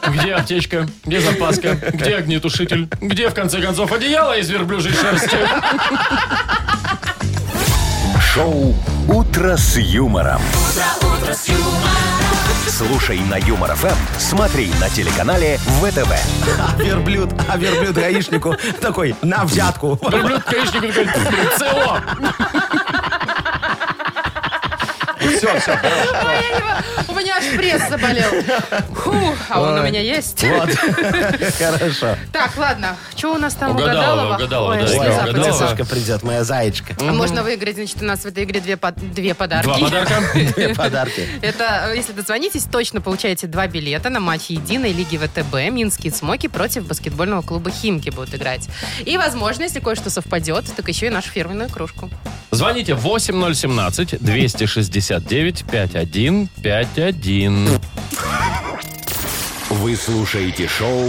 [SPEAKER 2] Где аптечка? Где запаска? Где огнетушитель? Где, в конце концов, одеяло из верблюжьей шерсти?
[SPEAKER 4] Шоу «Утро с юмором». Слушай на Юмор ФМ, смотри на телеканале ВТВ.
[SPEAKER 3] А верблюд, а верблюд гаишнику такой, на взятку.
[SPEAKER 2] Верблюд гаишнику такой, ЦО!
[SPEAKER 3] Все, все.
[SPEAKER 1] Ой, я не- У меня аж пресс заболел. Фу, а он у меня есть.
[SPEAKER 3] Вот. Хорошо.
[SPEAKER 1] Так, ладно. Что у нас там?
[SPEAKER 2] Угадалова, угадалова,
[SPEAKER 1] Ой,
[SPEAKER 2] да,
[SPEAKER 1] что
[SPEAKER 3] Ой,
[SPEAKER 1] за
[SPEAKER 2] угадалова.
[SPEAKER 1] бред?
[SPEAKER 3] принцессушка придет, моя заячка.
[SPEAKER 1] А Можно выиграть, значит, у нас в этой игре две, под- две подарки.
[SPEAKER 2] Два подарка.
[SPEAKER 3] Две подарки.
[SPEAKER 1] Это, э, если дозвонитесь, точно получаете два билета на матч единой лиги ВТБ. Минские смоки против баскетбольного клуба «Химки» будут играть. И, возможно, если кое-что совпадет, так еще и нашу фирменную кружку.
[SPEAKER 2] Звоните 8017-269-5151.
[SPEAKER 4] Вы слушаете шоу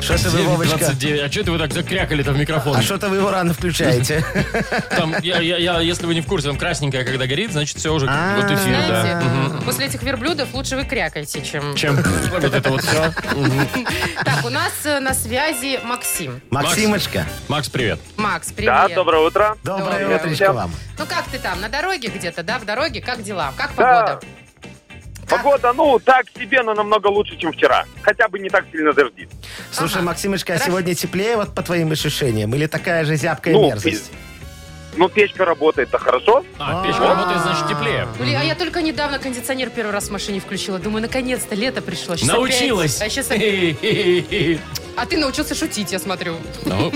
[SPEAKER 3] Что-то вы, Вовочка...
[SPEAKER 2] 29. А что это вы так закрякали-то в микрофон?
[SPEAKER 3] А что-то вы его рано включаете.
[SPEAKER 2] Там, я, я- я- если вы не в курсе, там красненькая, когда горит, значит, все уже
[SPEAKER 3] А,
[SPEAKER 2] вот эфир, да.
[SPEAKER 1] Знаете, после этих верблюдов лучше вы крякайте, чем...
[SPEAKER 2] Чем вот это вот все.
[SPEAKER 1] Так, у нас э, на связи Максим.
[SPEAKER 3] Максимочка,
[SPEAKER 2] Макс, привет.
[SPEAKER 1] Макс, привет.
[SPEAKER 9] Да, доброе утро.
[SPEAKER 3] доброе
[SPEAKER 1] Доброе
[SPEAKER 3] утречко вам.
[SPEAKER 1] Ну как ты там, на дороге где-то, да, в дороге? Как дела? Как погода?
[SPEAKER 9] Погода, ну, так себе, но намного лучше, чем вчера. Хотя бы не так сильно дождит.
[SPEAKER 3] Слушай,
[SPEAKER 1] Ага.
[SPEAKER 3] Максимочка, а
[SPEAKER 1] Хорошо.
[SPEAKER 3] сегодня теплее вот по твоим ощущениям? Или такая же зябкая
[SPEAKER 9] Ну,
[SPEAKER 3] мерзость?
[SPEAKER 9] Ну, печка работает-то хорошо.
[SPEAKER 2] А, печка работает, значит, теплее.
[SPEAKER 1] Блин, а я только недавно кондиционер первый раз в машине включила. Думаю, наконец-то лето пришло. Сейчас
[SPEAKER 2] Научилась.
[SPEAKER 1] опять. А, сейчас опять.
[SPEAKER 2] Ну,
[SPEAKER 1] А ты научился шутить, я смотрю.
[SPEAKER 2] а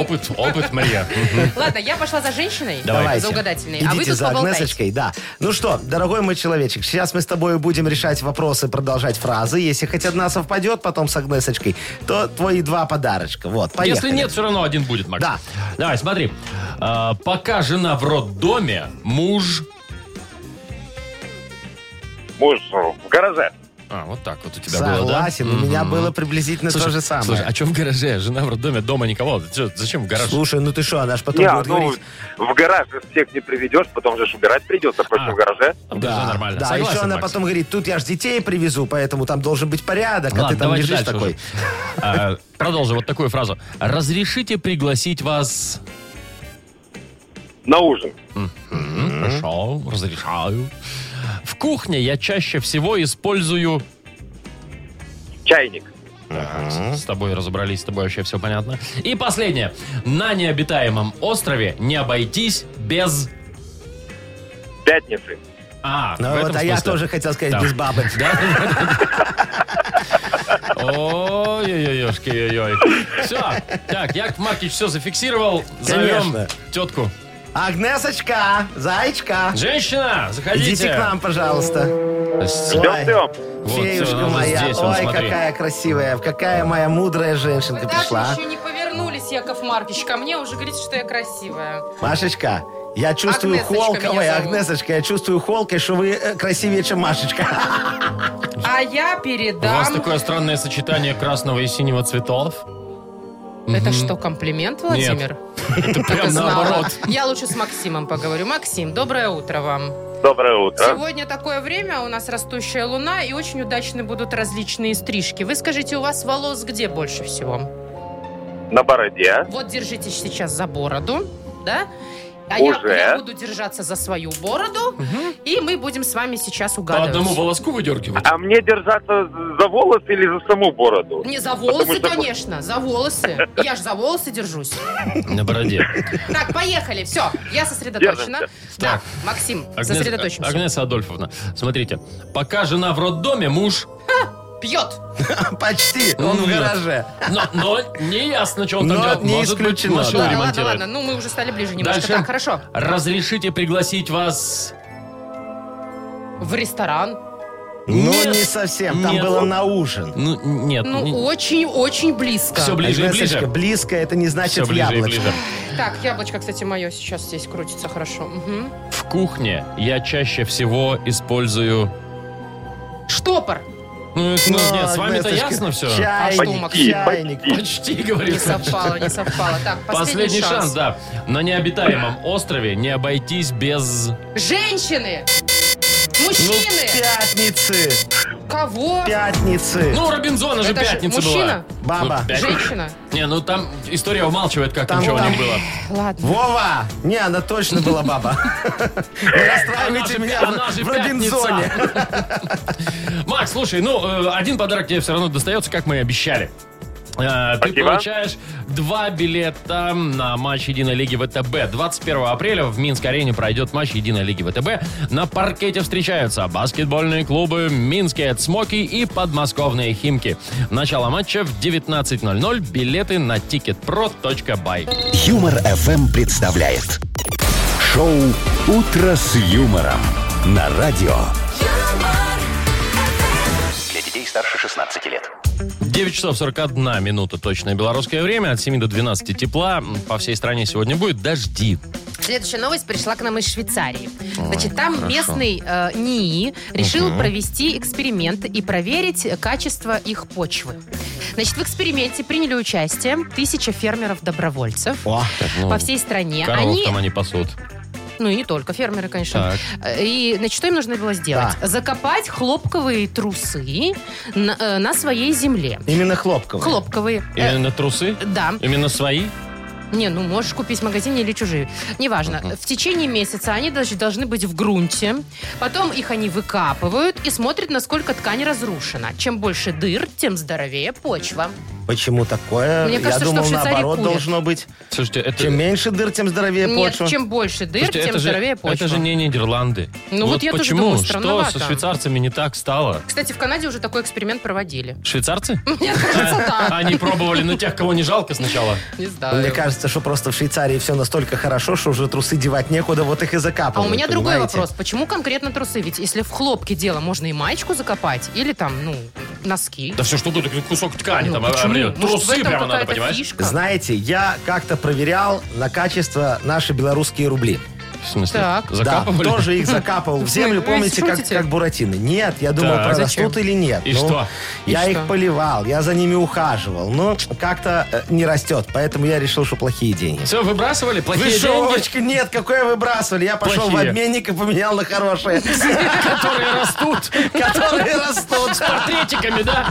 [SPEAKER 2] Опыт, опыт, Мария.
[SPEAKER 1] Ладно, я пошла за женщиной.
[SPEAKER 3] Давайте.
[SPEAKER 1] За угадательной.
[SPEAKER 3] Идите
[SPEAKER 1] а вы тут
[SPEAKER 3] за
[SPEAKER 1] поболтайте.
[SPEAKER 3] Агнесочкой, да. Ну что, дорогой мой человечек, сейчас мы с тобой будем решать вопросы, продолжать фразы. Если хоть одна совпадет потом с Агнесочкой, то твои два подарочка. Вот, поехали.
[SPEAKER 2] Если нет, все равно один будет, Макс.
[SPEAKER 3] Да.
[SPEAKER 2] Давай, смотри. А, Пока жена в роддоме, муж...
[SPEAKER 9] Может, ну, в гараже.
[SPEAKER 2] А, вот так вот у тебя было, да?
[SPEAKER 3] Согласен, у меня
[SPEAKER 2] Мгм.
[SPEAKER 3] было приблизительно то же самое.
[SPEAKER 2] Слушай, а что в гараже? Жена в роддоме, дома никого. Ты чё, зачем в гараж?
[SPEAKER 3] Слушай, ну ты что, она ж потом
[SPEAKER 9] Не,
[SPEAKER 3] будет
[SPEAKER 9] ну,
[SPEAKER 3] говорить...
[SPEAKER 9] в гараж же всех не приведешь, потом же ж убирать придется,
[SPEAKER 2] А.
[SPEAKER 9] просто в гараже.
[SPEAKER 2] А в гараже нормально.
[SPEAKER 3] да,
[SPEAKER 2] Согласен,
[SPEAKER 3] еще она
[SPEAKER 2] Макс.
[SPEAKER 3] потом говорит, тут я ж детей привезу, поэтому там должен быть порядок, а
[SPEAKER 2] Ладно,
[SPEAKER 3] ты там
[SPEAKER 2] давайте
[SPEAKER 3] лежишь
[SPEAKER 2] дальше
[SPEAKER 3] такой.
[SPEAKER 2] уже. А, Продолжим вот такую фразу. Разрешите пригласить вас...
[SPEAKER 9] На ужин.
[SPEAKER 2] М, Хорошо, разрешаю. В кухне я чаще всего использую...
[SPEAKER 9] Чайник.
[SPEAKER 2] С тобой разобрались, с тобой вообще все понятно. И последнее. На необитаемом острове не обойтись без...
[SPEAKER 9] Пятницы.
[SPEAKER 2] А, в
[SPEAKER 3] Ну
[SPEAKER 2] этом
[SPEAKER 3] вот, а я
[SPEAKER 2] смысле.
[SPEAKER 3] тоже хотел сказать,
[SPEAKER 2] Да.
[SPEAKER 3] без бабы.
[SPEAKER 2] Ой-ой-ой-ой-ой. Все. Так, Яков Маркич все зафиксировал. Зовем
[SPEAKER 3] Конечно.
[SPEAKER 2] тетку.
[SPEAKER 3] Агнесочка, зайчка,
[SPEAKER 2] Женщина, заходите.
[SPEAKER 3] идите к нам, пожалуйста. Ой,
[SPEAKER 9] Ждем-ждем.
[SPEAKER 2] Вот,
[SPEAKER 3] Феюшка
[SPEAKER 2] она
[SPEAKER 3] моя,
[SPEAKER 2] здесь, вот
[SPEAKER 3] ой,
[SPEAKER 2] смотри.
[SPEAKER 3] какая красивая, какая моя мудрая женщинка
[SPEAKER 1] Вы
[SPEAKER 3] пришла. а.
[SPEAKER 1] даже еще не повернулись, Яков Маркич. Ко мне уже говорите, что я красивая.
[SPEAKER 3] Машечка, я чувствую
[SPEAKER 1] Агнесочка
[SPEAKER 3] холка,
[SPEAKER 1] меня
[SPEAKER 3] ой,
[SPEAKER 1] зовут.
[SPEAKER 3] Агнесочка, я чувствую холкой, что вы э, красивее, чем Машечка.
[SPEAKER 1] А
[SPEAKER 2] У
[SPEAKER 1] я
[SPEAKER 2] вас
[SPEAKER 1] передам...
[SPEAKER 2] такое странное сочетание красного и синего цветов.
[SPEAKER 1] Это что, комплимент, Владимир?
[SPEAKER 2] Это
[SPEAKER 1] Так и
[SPEAKER 2] прям
[SPEAKER 1] знала.
[SPEAKER 2] наоборот.
[SPEAKER 1] Я лучше с Максимом поговорю. Максим, доброе утро вам.
[SPEAKER 9] Доброе утро.
[SPEAKER 1] Сегодня такое время, у нас растущая луна, и очень удачны будут различные стрижки. Вы скажите, у вас волос где больше всего?
[SPEAKER 9] На бороде.
[SPEAKER 1] Вот держитесь сейчас за бороду, да? А
[SPEAKER 9] Уже.
[SPEAKER 1] Я, я буду держаться за свою бороду, и мы будем с вами сейчас
[SPEAKER 2] По
[SPEAKER 1] угадывать.
[SPEAKER 2] одному волоску выдергивать.
[SPEAKER 9] А мне держаться за волос или за саму бороду?
[SPEAKER 1] Не за волосы,
[SPEAKER 9] Потому что-
[SPEAKER 1] конечно, за волосы. Я же за волосы держусь.
[SPEAKER 2] На бороде.
[SPEAKER 1] Так, поехали, все, я сосредоточена.
[SPEAKER 9] Держимся.
[SPEAKER 1] Да,
[SPEAKER 2] Так.
[SPEAKER 1] Максим,
[SPEAKER 2] Агнес-
[SPEAKER 1] сосредоточимся.
[SPEAKER 2] Агнеса Адольфовна, смотрите. Пока жена в роддоме, муж...
[SPEAKER 1] Пьет.
[SPEAKER 3] Почти, он в
[SPEAKER 2] Нет.
[SPEAKER 3] гараже.
[SPEAKER 2] Но, но не ясно, что он там
[SPEAKER 3] Но
[SPEAKER 2] делает.
[SPEAKER 3] не
[SPEAKER 2] Может быть,
[SPEAKER 3] исключено,
[SPEAKER 2] машину
[SPEAKER 3] да.
[SPEAKER 1] Ладно, ладно,
[SPEAKER 2] ремонтирует.
[SPEAKER 1] ладно, ну мы уже стали ближе немножко.
[SPEAKER 2] Дальше.
[SPEAKER 1] Так, хорошо.
[SPEAKER 2] Разрешите пригласить вас...
[SPEAKER 1] В ресторан.
[SPEAKER 3] Ну,
[SPEAKER 2] Нет.
[SPEAKER 3] не совсем, там
[SPEAKER 2] Нет.
[SPEAKER 3] было на ужин.
[SPEAKER 2] Ну, нет. не-
[SPEAKER 1] Ну, очень-очень близко.
[SPEAKER 2] Все ближе и
[SPEAKER 3] Агнесочка,
[SPEAKER 2] ближе.
[SPEAKER 3] близко, это не
[SPEAKER 2] Все
[SPEAKER 3] значит
[SPEAKER 2] ближе и
[SPEAKER 3] яблочко.
[SPEAKER 2] ближе.
[SPEAKER 1] Так, яблочко, кстати, мое сейчас здесь крутится хорошо. Мгм.
[SPEAKER 2] В кухне я чаще всего использую...
[SPEAKER 1] Штопор.
[SPEAKER 2] Ну, это, ну,
[SPEAKER 3] Ну,
[SPEAKER 2] нет, с вами-то
[SPEAKER 3] Агнесочка,
[SPEAKER 2] ясно все.
[SPEAKER 1] А что,
[SPEAKER 3] Чайник,
[SPEAKER 1] Максим?
[SPEAKER 3] чайник.
[SPEAKER 2] Почти, говорит.
[SPEAKER 1] Не совпало, не совпало. Так,
[SPEAKER 2] Последний шанс, да. На необитаемом острове не обойтись без...
[SPEAKER 1] Женщины!
[SPEAKER 3] Ну,
[SPEAKER 1] Мужчины!
[SPEAKER 3] Пятницы,
[SPEAKER 1] Кого?
[SPEAKER 3] пятницы.
[SPEAKER 2] Ну, у Робинзона же
[SPEAKER 1] Это ж
[SPEAKER 2] пятница
[SPEAKER 1] мужчина?
[SPEAKER 2] была.
[SPEAKER 3] Баба.
[SPEAKER 2] Ну, пятница.
[SPEAKER 1] Женщина?
[SPEAKER 2] Не, ну там история умалчивает, как там
[SPEAKER 3] Там-
[SPEAKER 2] чего
[SPEAKER 3] там-
[SPEAKER 2] не было.
[SPEAKER 1] Ладно.
[SPEAKER 3] Вова! Не, она точно была баба. Вы
[SPEAKER 2] Она
[SPEAKER 3] расстраиваете
[SPEAKER 2] же-
[SPEAKER 3] меня
[SPEAKER 2] она
[SPEAKER 3] в
[SPEAKER 2] же
[SPEAKER 3] в Робинзоне.
[SPEAKER 2] Макс, слушай, ну, э, один подарок тебе все равно достается, как мы и обещали. Э, Ты
[SPEAKER 9] Спасибо.
[SPEAKER 2] получаешь два билета на матч Единой Лиги ВТБ. 21 апреля в Минск-арене пройдет матч Единой Лиги ВТБ. На паркете встречаются баскетбольные клубы Минские Цмоки и подмосковные Химки. Начало матча в 19.00. Билеты на ticketpro.by.
[SPEAKER 4] Юмор FM представляет шоу Утро с юмором на радио.
[SPEAKER 6] Для детей старше 16 лет.
[SPEAKER 2] 9 часов 41 минута точное белорусское время. От 7 до 12 тепла. По всей стране сегодня будет дожди.
[SPEAKER 1] Следующая новость пришла к нам из Швейцарии. Значит, там местный э, НИИ решил провести эксперимент и проверить качество их почвы. Значит, в эксперименте приняли участие тысяча фермеров-добровольцев
[SPEAKER 3] О,
[SPEAKER 2] Ну,
[SPEAKER 1] по всей стране.
[SPEAKER 2] Коров
[SPEAKER 1] Они,
[SPEAKER 2] там они пасут.
[SPEAKER 1] ну и не только фермеры, конечно. Э,
[SPEAKER 2] Так.
[SPEAKER 1] И, значит, что им нужно было сделать?
[SPEAKER 3] Да.
[SPEAKER 1] Закопать хлопковые трусы на, э, на своей земле.
[SPEAKER 3] Именно хлопковый.
[SPEAKER 1] Хлопковые. Э,
[SPEAKER 2] Именно трусы?
[SPEAKER 1] да.
[SPEAKER 2] Именно свои?
[SPEAKER 1] Не, ну можешь купить в магазине или чужие. Неважно. В течение месяца они даже должны быть в грунте. Потом их они выкапывают и смотрят, насколько ткань разрушена. Чем больше дыр, тем здоровее почва.
[SPEAKER 3] Почему такое?
[SPEAKER 1] Мне кажется, что
[SPEAKER 3] Я думал,
[SPEAKER 1] в Швейцарии
[SPEAKER 3] наоборот
[SPEAKER 1] курят.
[SPEAKER 3] должно быть.
[SPEAKER 2] Слушайте, это...
[SPEAKER 3] Чем меньше дыр, тем здоровее почва.
[SPEAKER 1] Нет, чем больше дыр,
[SPEAKER 2] слушайте,
[SPEAKER 1] тем
[SPEAKER 2] это же,
[SPEAKER 1] здоровее почва.
[SPEAKER 2] это же не Нидерланды.
[SPEAKER 1] Ну вот я тоже
[SPEAKER 2] почему?
[SPEAKER 1] думаю,
[SPEAKER 2] Что
[SPEAKER 1] странновато.
[SPEAKER 2] со швейцарцами не так стало?
[SPEAKER 1] Кстати, в Канаде уже такой эксперимент проводили.
[SPEAKER 2] Швейцарцы?
[SPEAKER 1] Мне кажется, да.
[SPEAKER 2] Они пробовали на тех, кого не жалко сначала.
[SPEAKER 1] Не
[SPEAKER 3] Мне
[SPEAKER 1] знаю.
[SPEAKER 3] кажется, что просто в Швейцарии все настолько хорошо, что уже трусы девать некуда, вот их и
[SPEAKER 1] А у
[SPEAKER 3] закапывают.
[SPEAKER 1] меня другой
[SPEAKER 3] понимаете?
[SPEAKER 1] вопрос. Почему конкретно трусы? Ведь если в хлопке дело, можно и маечку закопать, или там, ну, носки.
[SPEAKER 2] Да все что угодно, кусок ткани
[SPEAKER 1] Ну,
[SPEAKER 2] там. обрезают.
[SPEAKER 1] почему? Может, в
[SPEAKER 2] Трусы
[SPEAKER 1] этом
[SPEAKER 2] прямо надо,
[SPEAKER 1] какая-то
[SPEAKER 2] понимаешь?
[SPEAKER 1] фишка?
[SPEAKER 3] Знаете, я как-то проверял на качество наши белорусские рубли.
[SPEAKER 2] В смысле?
[SPEAKER 1] Так.
[SPEAKER 2] Закапывали?
[SPEAKER 3] Да, тоже их закапывал в землю,
[SPEAKER 1] Вы
[SPEAKER 3] помните, как,
[SPEAKER 1] шутите?
[SPEAKER 3] как буратины. Нет, я думал,
[SPEAKER 2] Так.
[SPEAKER 3] прорастут или нет.
[SPEAKER 2] И
[SPEAKER 3] Ну,
[SPEAKER 2] что?
[SPEAKER 3] Я
[SPEAKER 1] И
[SPEAKER 3] их
[SPEAKER 1] что?
[SPEAKER 3] поливал, я за ними ухаживал, но как-то э, не растет, поэтому я решил, что плохие деньги.
[SPEAKER 2] Все, выбрасывали?
[SPEAKER 3] Вы
[SPEAKER 2] Плохие
[SPEAKER 3] что,
[SPEAKER 2] деньги,
[SPEAKER 3] Вовочка, нет, какое выбрасывали? Я пошел
[SPEAKER 2] Плохие.
[SPEAKER 3] в обменник и поменял на хорошие,
[SPEAKER 2] которые растут
[SPEAKER 3] которые растут.
[SPEAKER 1] А,
[SPEAKER 2] портретиками, да?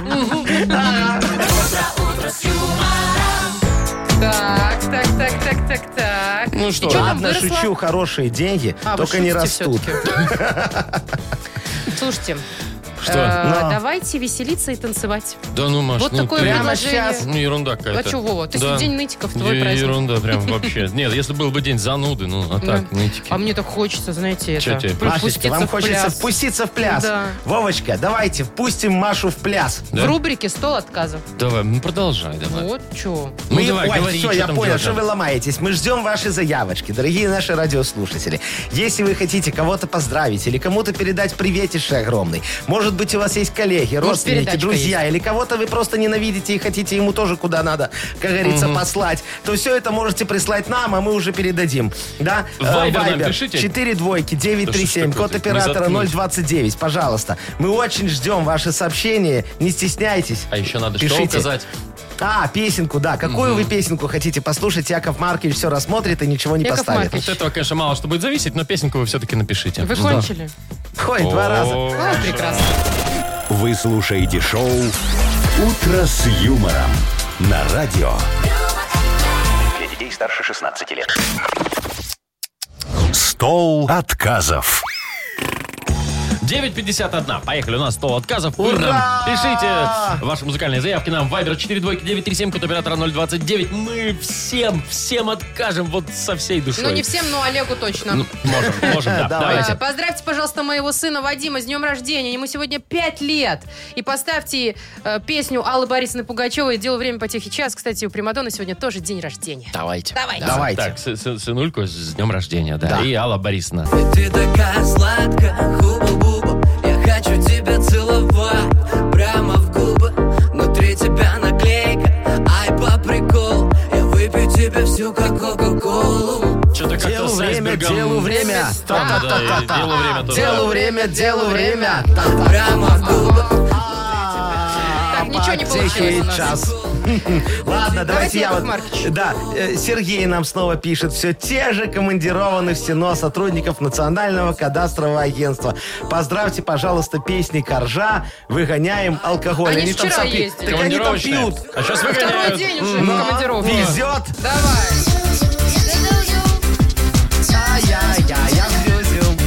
[SPEAKER 1] Так, так, так, так, так, так.
[SPEAKER 2] Ну что,
[SPEAKER 1] И чё там
[SPEAKER 3] Ладно,
[SPEAKER 1] выросло?
[SPEAKER 3] шучу, хорошие деньги,
[SPEAKER 1] А, вы
[SPEAKER 3] только не
[SPEAKER 1] шутите
[SPEAKER 3] растут.
[SPEAKER 1] всё-таки. Слушайте,
[SPEAKER 2] Что?
[SPEAKER 1] э,
[SPEAKER 3] Но.
[SPEAKER 1] давайте веселиться и танцевать.
[SPEAKER 2] Да ну, Маш,
[SPEAKER 1] Вот
[SPEAKER 2] ну
[SPEAKER 1] такое
[SPEAKER 2] ты-
[SPEAKER 3] прямо
[SPEAKER 1] предложение.
[SPEAKER 3] щас.
[SPEAKER 2] Ну, ерунда
[SPEAKER 1] А
[SPEAKER 2] какая-то.
[SPEAKER 1] чё, Вова, ты
[SPEAKER 2] Да.
[SPEAKER 1] сегодня день нытиков,
[SPEAKER 2] Е-
[SPEAKER 1] твой праздник.
[SPEAKER 2] Ерунда прям вообще. Нет, если был бы день зануды, ну, а так,
[SPEAKER 1] Да.
[SPEAKER 2] нытики.
[SPEAKER 1] А мне так хочется, знаете,
[SPEAKER 2] Чё
[SPEAKER 1] это,
[SPEAKER 2] тебе?
[SPEAKER 1] пр-
[SPEAKER 3] Машечка,
[SPEAKER 1] пуститься
[SPEAKER 3] вам
[SPEAKER 1] в
[SPEAKER 3] хочется
[SPEAKER 1] пляс.
[SPEAKER 3] впуститься в пляс.
[SPEAKER 1] Да.
[SPEAKER 3] Вовочка, давайте впустим Машу в пляс.
[SPEAKER 2] Да?
[SPEAKER 1] В рубрике «Стол отказов».
[SPEAKER 2] Давай, ну продолжай, давай.
[SPEAKER 1] Вот чё.
[SPEAKER 2] Ну
[SPEAKER 3] Мы-
[SPEAKER 2] давай,
[SPEAKER 3] ой,
[SPEAKER 2] говори,
[SPEAKER 3] все,
[SPEAKER 2] чё
[SPEAKER 3] я
[SPEAKER 2] там
[SPEAKER 3] понял,
[SPEAKER 2] дело-то?
[SPEAKER 3] что вы ломаетесь. Мы ждем ваши заявочки, дорогие наши радиослушатели. Если вы хотите кого-то поздравить или кому-то передать приветишься огромный, может быть, у вас есть коллеги, родственники,
[SPEAKER 1] передачка
[SPEAKER 3] друзья, или кого-то вы просто ненавидите и хотите ему тоже куда надо, как говорится, послать, то все это можете прислать нам, а мы уже передадим. Да?
[SPEAKER 2] В Viber нам
[SPEAKER 3] Viber
[SPEAKER 2] пишите.
[SPEAKER 3] 4 двойки 937,
[SPEAKER 2] Да что ж
[SPEAKER 3] код
[SPEAKER 2] такое-то, не
[SPEAKER 3] оператора
[SPEAKER 2] заткнуть.
[SPEAKER 3] 029. Пожалуйста, мы очень ждем ваши сообщения, не стесняйтесь.
[SPEAKER 2] А еще надо что
[SPEAKER 3] Пишите.
[SPEAKER 2] указать?
[SPEAKER 3] А, песенку, да. Какую вы песенку хотите послушать? Яков Маркович все рассмотрит и ничего не
[SPEAKER 1] Яков
[SPEAKER 3] поставит.
[SPEAKER 1] Маркович.
[SPEAKER 2] От этого, конечно, мало что будет зависеть, но песенку вы все-таки напишите.
[SPEAKER 1] Вы
[SPEAKER 2] Да.
[SPEAKER 1] кончили?
[SPEAKER 3] Ой, два раза.
[SPEAKER 2] О,
[SPEAKER 1] А, прекрасно.
[SPEAKER 4] Вы слушаете шоу «Утро с юмором» на радио.
[SPEAKER 6] Для детей старше 16 лет.
[SPEAKER 4] Стол отказов.
[SPEAKER 2] 9.51. Поехали, у нас стол отказов. Ура!
[SPEAKER 3] Ура!
[SPEAKER 2] Пишите ваши музыкальные заявки нам. Вайбер 42937, код оператора 029. Мы всем, всем откажем вот со всей душой.
[SPEAKER 1] Ну, не всем, но Олегу точно.
[SPEAKER 2] Ну, можем, можем, да.
[SPEAKER 3] Давайте.
[SPEAKER 1] А, Поздравьте, пожалуйста, моего сына Вадима с днем рождения. Ему сегодня 5 лет. И поставьте э, песню Аллы Борисовны Пугачевой «Дело время потихий час». Кстати, у Примадонны сегодня тоже день рождения.
[SPEAKER 2] Давайте.
[SPEAKER 1] Давайте.
[SPEAKER 3] Давайте.
[SPEAKER 2] Так, сы- сы- сынульку с днем рождения, да.
[SPEAKER 3] Да.
[SPEAKER 2] И Алла Борисовна.
[SPEAKER 8] Ты такая сладкая, хуба-буба Я хочу тебя целовать прямо в губы Внутри тебя наклейка, ай, по прикол Я выпью тебе всю, как кока-колу
[SPEAKER 2] Что-то как-то
[SPEAKER 3] Делу
[SPEAKER 2] с
[SPEAKER 3] время,
[SPEAKER 2] айсбергом
[SPEAKER 3] делу время.
[SPEAKER 2] Там, да, и делу время тоже.
[SPEAKER 3] Делу время, делу время.
[SPEAKER 8] Прямо в губы
[SPEAKER 1] Так, ничего не получилось
[SPEAKER 3] Тихий
[SPEAKER 1] у нас.
[SPEAKER 3] А, час. Ладно,
[SPEAKER 1] Давайте,
[SPEAKER 3] давайте я
[SPEAKER 1] Яков
[SPEAKER 3] вот...
[SPEAKER 1] Маркович.
[SPEAKER 3] Да, э, Сергей нам снова пишет. Все те же командированы в СИНО сотрудников Национального кадастрового агентства. Поздравьте, пожалуйста, песни Коржа «Выгоняем алкоголь».
[SPEAKER 1] Они
[SPEAKER 3] там
[SPEAKER 1] вчера
[SPEAKER 3] сам пи-
[SPEAKER 1] ездили.
[SPEAKER 3] Так они там
[SPEAKER 2] Командировочная.
[SPEAKER 3] пьют.
[SPEAKER 2] А сейчас
[SPEAKER 1] Второй
[SPEAKER 2] выгоняют.
[SPEAKER 1] день уже в командировке.
[SPEAKER 3] Везет.
[SPEAKER 1] Давай.
[SPEAKER 3] Ай-яй-яй, я зюзю.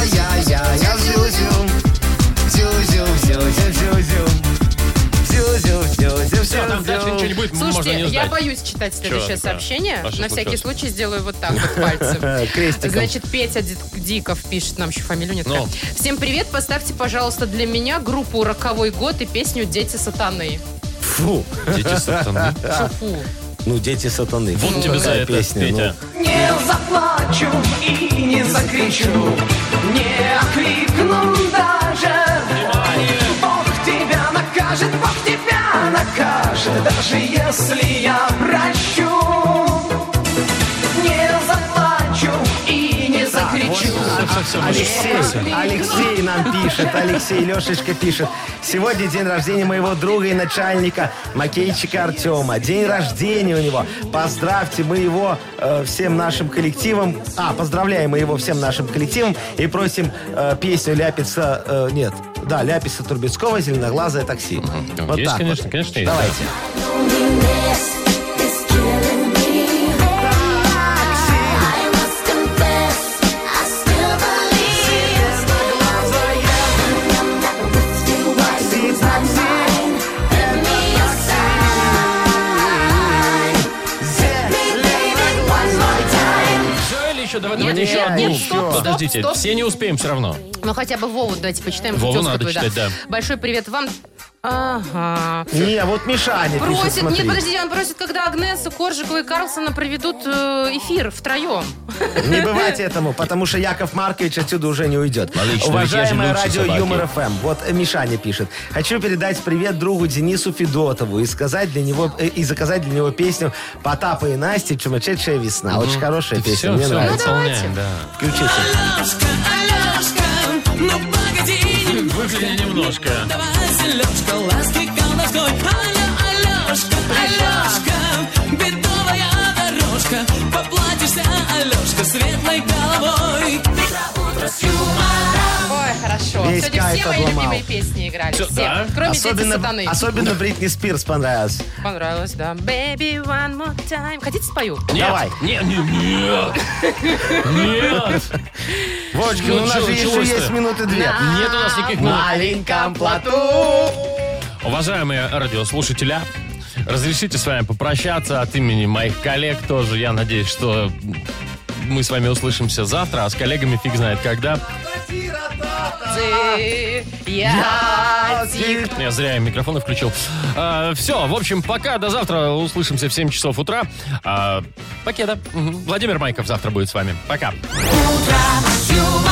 [SPEAKER 3] Ай-яй-яй, я зюзю. Зюзю, зюзю, зюзю. Зюзю, зюзю,
[SPEAKER 2] Все, там дальше
[SPEAKER 3] зюзю.
[SPEAKER 2] ничего не будет, можно
[SPEAKER 1] Слушайте,
[SPEAKER 2] не
[SPEAKER 1] я
[SPEAKER 2] ждать.
[SPEAKER 1] боюсь читать
[SPEAKER 2] да.
[SPEAKER 1] следующее сообщение.
[SPEAKER 2] А что
[SPEAKER 1] На всякий
[SPEAKER 2] случилось?
[SPEAKER 1] случай сделаю вот так вот пальцем.
[SPEAKER 3] Крестиком.
[SPEAKER 1] Значит, Петя Дик- Диков пишет нам еще фамилию нет.
[SPEAKER 2] Ну.
[SPEAKER 1] как. Всем привет, поставьте, пожалуйста, для меня группу «Роковой год» и песню «Дети сатаны».
[SPEAKER 3] Фу.
[SPEAKER 2] Дети сатаны.
[SPEAKER 1] Шуфу.
[SPEAKER 3] Ну, дети сатаны.
[SPEAKER 2] Вот
[SPEAKER 3] Ну,
[SPEAKER 2] тебе за
[SPEAKER 3] какая
[SPEAKER 2] это,
[SPEAKER 3] песня, ну.
[SPEAKER 2] Петя.
[SPEAKER 10] Не заплачу и не закричу, не окликну даже. Бог тебя накажет, Бог тебя накажет, даже если я прощу. Не заплачу и не закричу.
[SPEAKER 3] Вот, всё, всё, всё, мы
[SPEAKER 10] не
[SPEAKER 1] Алексей.
[SPEAKER 3] Алексей, Алексей нам пишет, Алексей Лешечка пишет. Сегодня день рождения моего друга и начальника, макейчика Артема. День рождения у него. Поздравьте мы его э, всем нашим коллективом. А, поздравляем мы его всем нашим коллективом и просим э, песню Ляписа... э, нет, да, Ляписа Турбецкого «Зеленоглазое такси». Вот
[SPEAKER 2] Есть,
[SPEAKER 3] так
[SPEAKER 2] конечно,
[SPEAKER 3] вот.
[SPEAKER 2] конечно, есть.
[SPEAKER 3] Давайте.
[SPEAKER 2] Все или еще? Давай, давайте
[SPEAKER 1] Нет,
[SPEAKER 2] еще
[SPEAKER 1] нет,
[SPEAKER 2] одну.
[SPEAKER 1] нет, стоп, стоп,
[SPEAKER 2] Подождите,
[SPEAKER 1] стоп.
[SPEAKER 2] все не успеем все равно.
[SPEAKER 1] Ну, хотя бы Вову давайте почитаем.
[SPEAKER 2] Вову
[SPEAKER 1] Тезка
[SPEAKER 2] надо
[SPEAKER 1] твою,
[SPEAKER 2] читать, да.
[SPEAKER 1] Большой привет вам. Ага.
[SPEAKER 3] Не, вот Мишаня пишет,
[SPEAKER 1] Просит,
[SPEAKER 3] смотри.
[SPEAKER 1] нет, подожди, он просит, когда Агнесу, Коржикову и Карлсона проведут э, эфир втроем.
[SPEAKER 3] Не бывать этому, потому что Яков Маркович отсюда уже не уйдет.
[SPEAKER 2] Логично,
[SPEAKER 3] Уважаемое
[SPEAKER 2] ведь я же
[SPEAKER 3] радио
[SPEAKER 2] лучше
[SPEAKER 3] Юмор ФМ. Вот э, Мишаня пишет. Хочу передать привет другу Денису Федотову и сказать для него э, и заказать для него песню Потапа и Насти «Чумачедшая
[SPEAKER 2] Ну,
[SPEAKER 3] весна». Очень хорошая песня,
[SPEAKER 2] Все,
[SPEAKER 3] мне
[SPEAKER 2] все,
[SPEAKER 3] нравится.
[SPEAKER 2] выполняем, да.
[SPEAKER 3] Включите.
[SPEAKER 8] Аляшка, Аляшка, ну погоди,
[SPEAKER 2] Выгляни немножко.
[SPEAKER 8] давай, Зелёшка, ласки колдовской. Аля, Аляшка, Аляшка, бедовая дорожка, поплатишься, Аляшка, светлой головой. Утро, утро с юмором.
[SPEAKER 1] Ой, хорошо.
[SPEAKER 3] Весь
[SPEAKER 1] Сегодня
[SPEAKER 3] кайф
[SPEAKER 1] все мои
[SPEAKER 3] обломал.
[SPEAKER 1] любимые песни играли.
[SPEAKER 2] Всё,
[SPEAKER 1] все.
[SPEAKER 2] да?
[SPEAKER 1] Кроме «Дети сатаны».
[SPEAKER 3] Особенно, особенно Бритни Спирс понравилась.
[SPEAKER 1] Понравилось, да. Baby, one more time. Хотите спою?
[SPEAKER 2] Нет,
[SPEAKER 3] Давай.
[SPEAKER 2] Нет, нет, нет. Нет.
[SPEAKER 3] Вовочка,
[SPEAKER 2] Ну,
[SPEAKER 3] ну, у нас
[SPEAKER 2] чё-
[SPEAKER 3] же
[SPEAKER 2] чего
[SPEAKER 3] еще
[SPEAKER 2] ж ты?
[SPEAKER 3] есть минуты две.
[SPEAKER 2] Нет у нас никаких... ну,
[SPEAKER 3] маленьком плоту.
[SPEAKER 2] Уважаемые радиослушателя, разрешите с вами попрощаться от имени моих коллег тоже. Я надеюсь, что мы с вами услышимся завтра, а с коллегами фиг знает когда.
[SPEAKER 1] Ты, я, ты.
[SPEAKER 2] Я зря им микрофон и включил. все, в общем, пока, до завтра. Услышимся в 7 часов утра. А, пакета. Мгм. Владимир Майков завтра будет с вами. Пока.
[SPEAKER 8] Утро с юмором.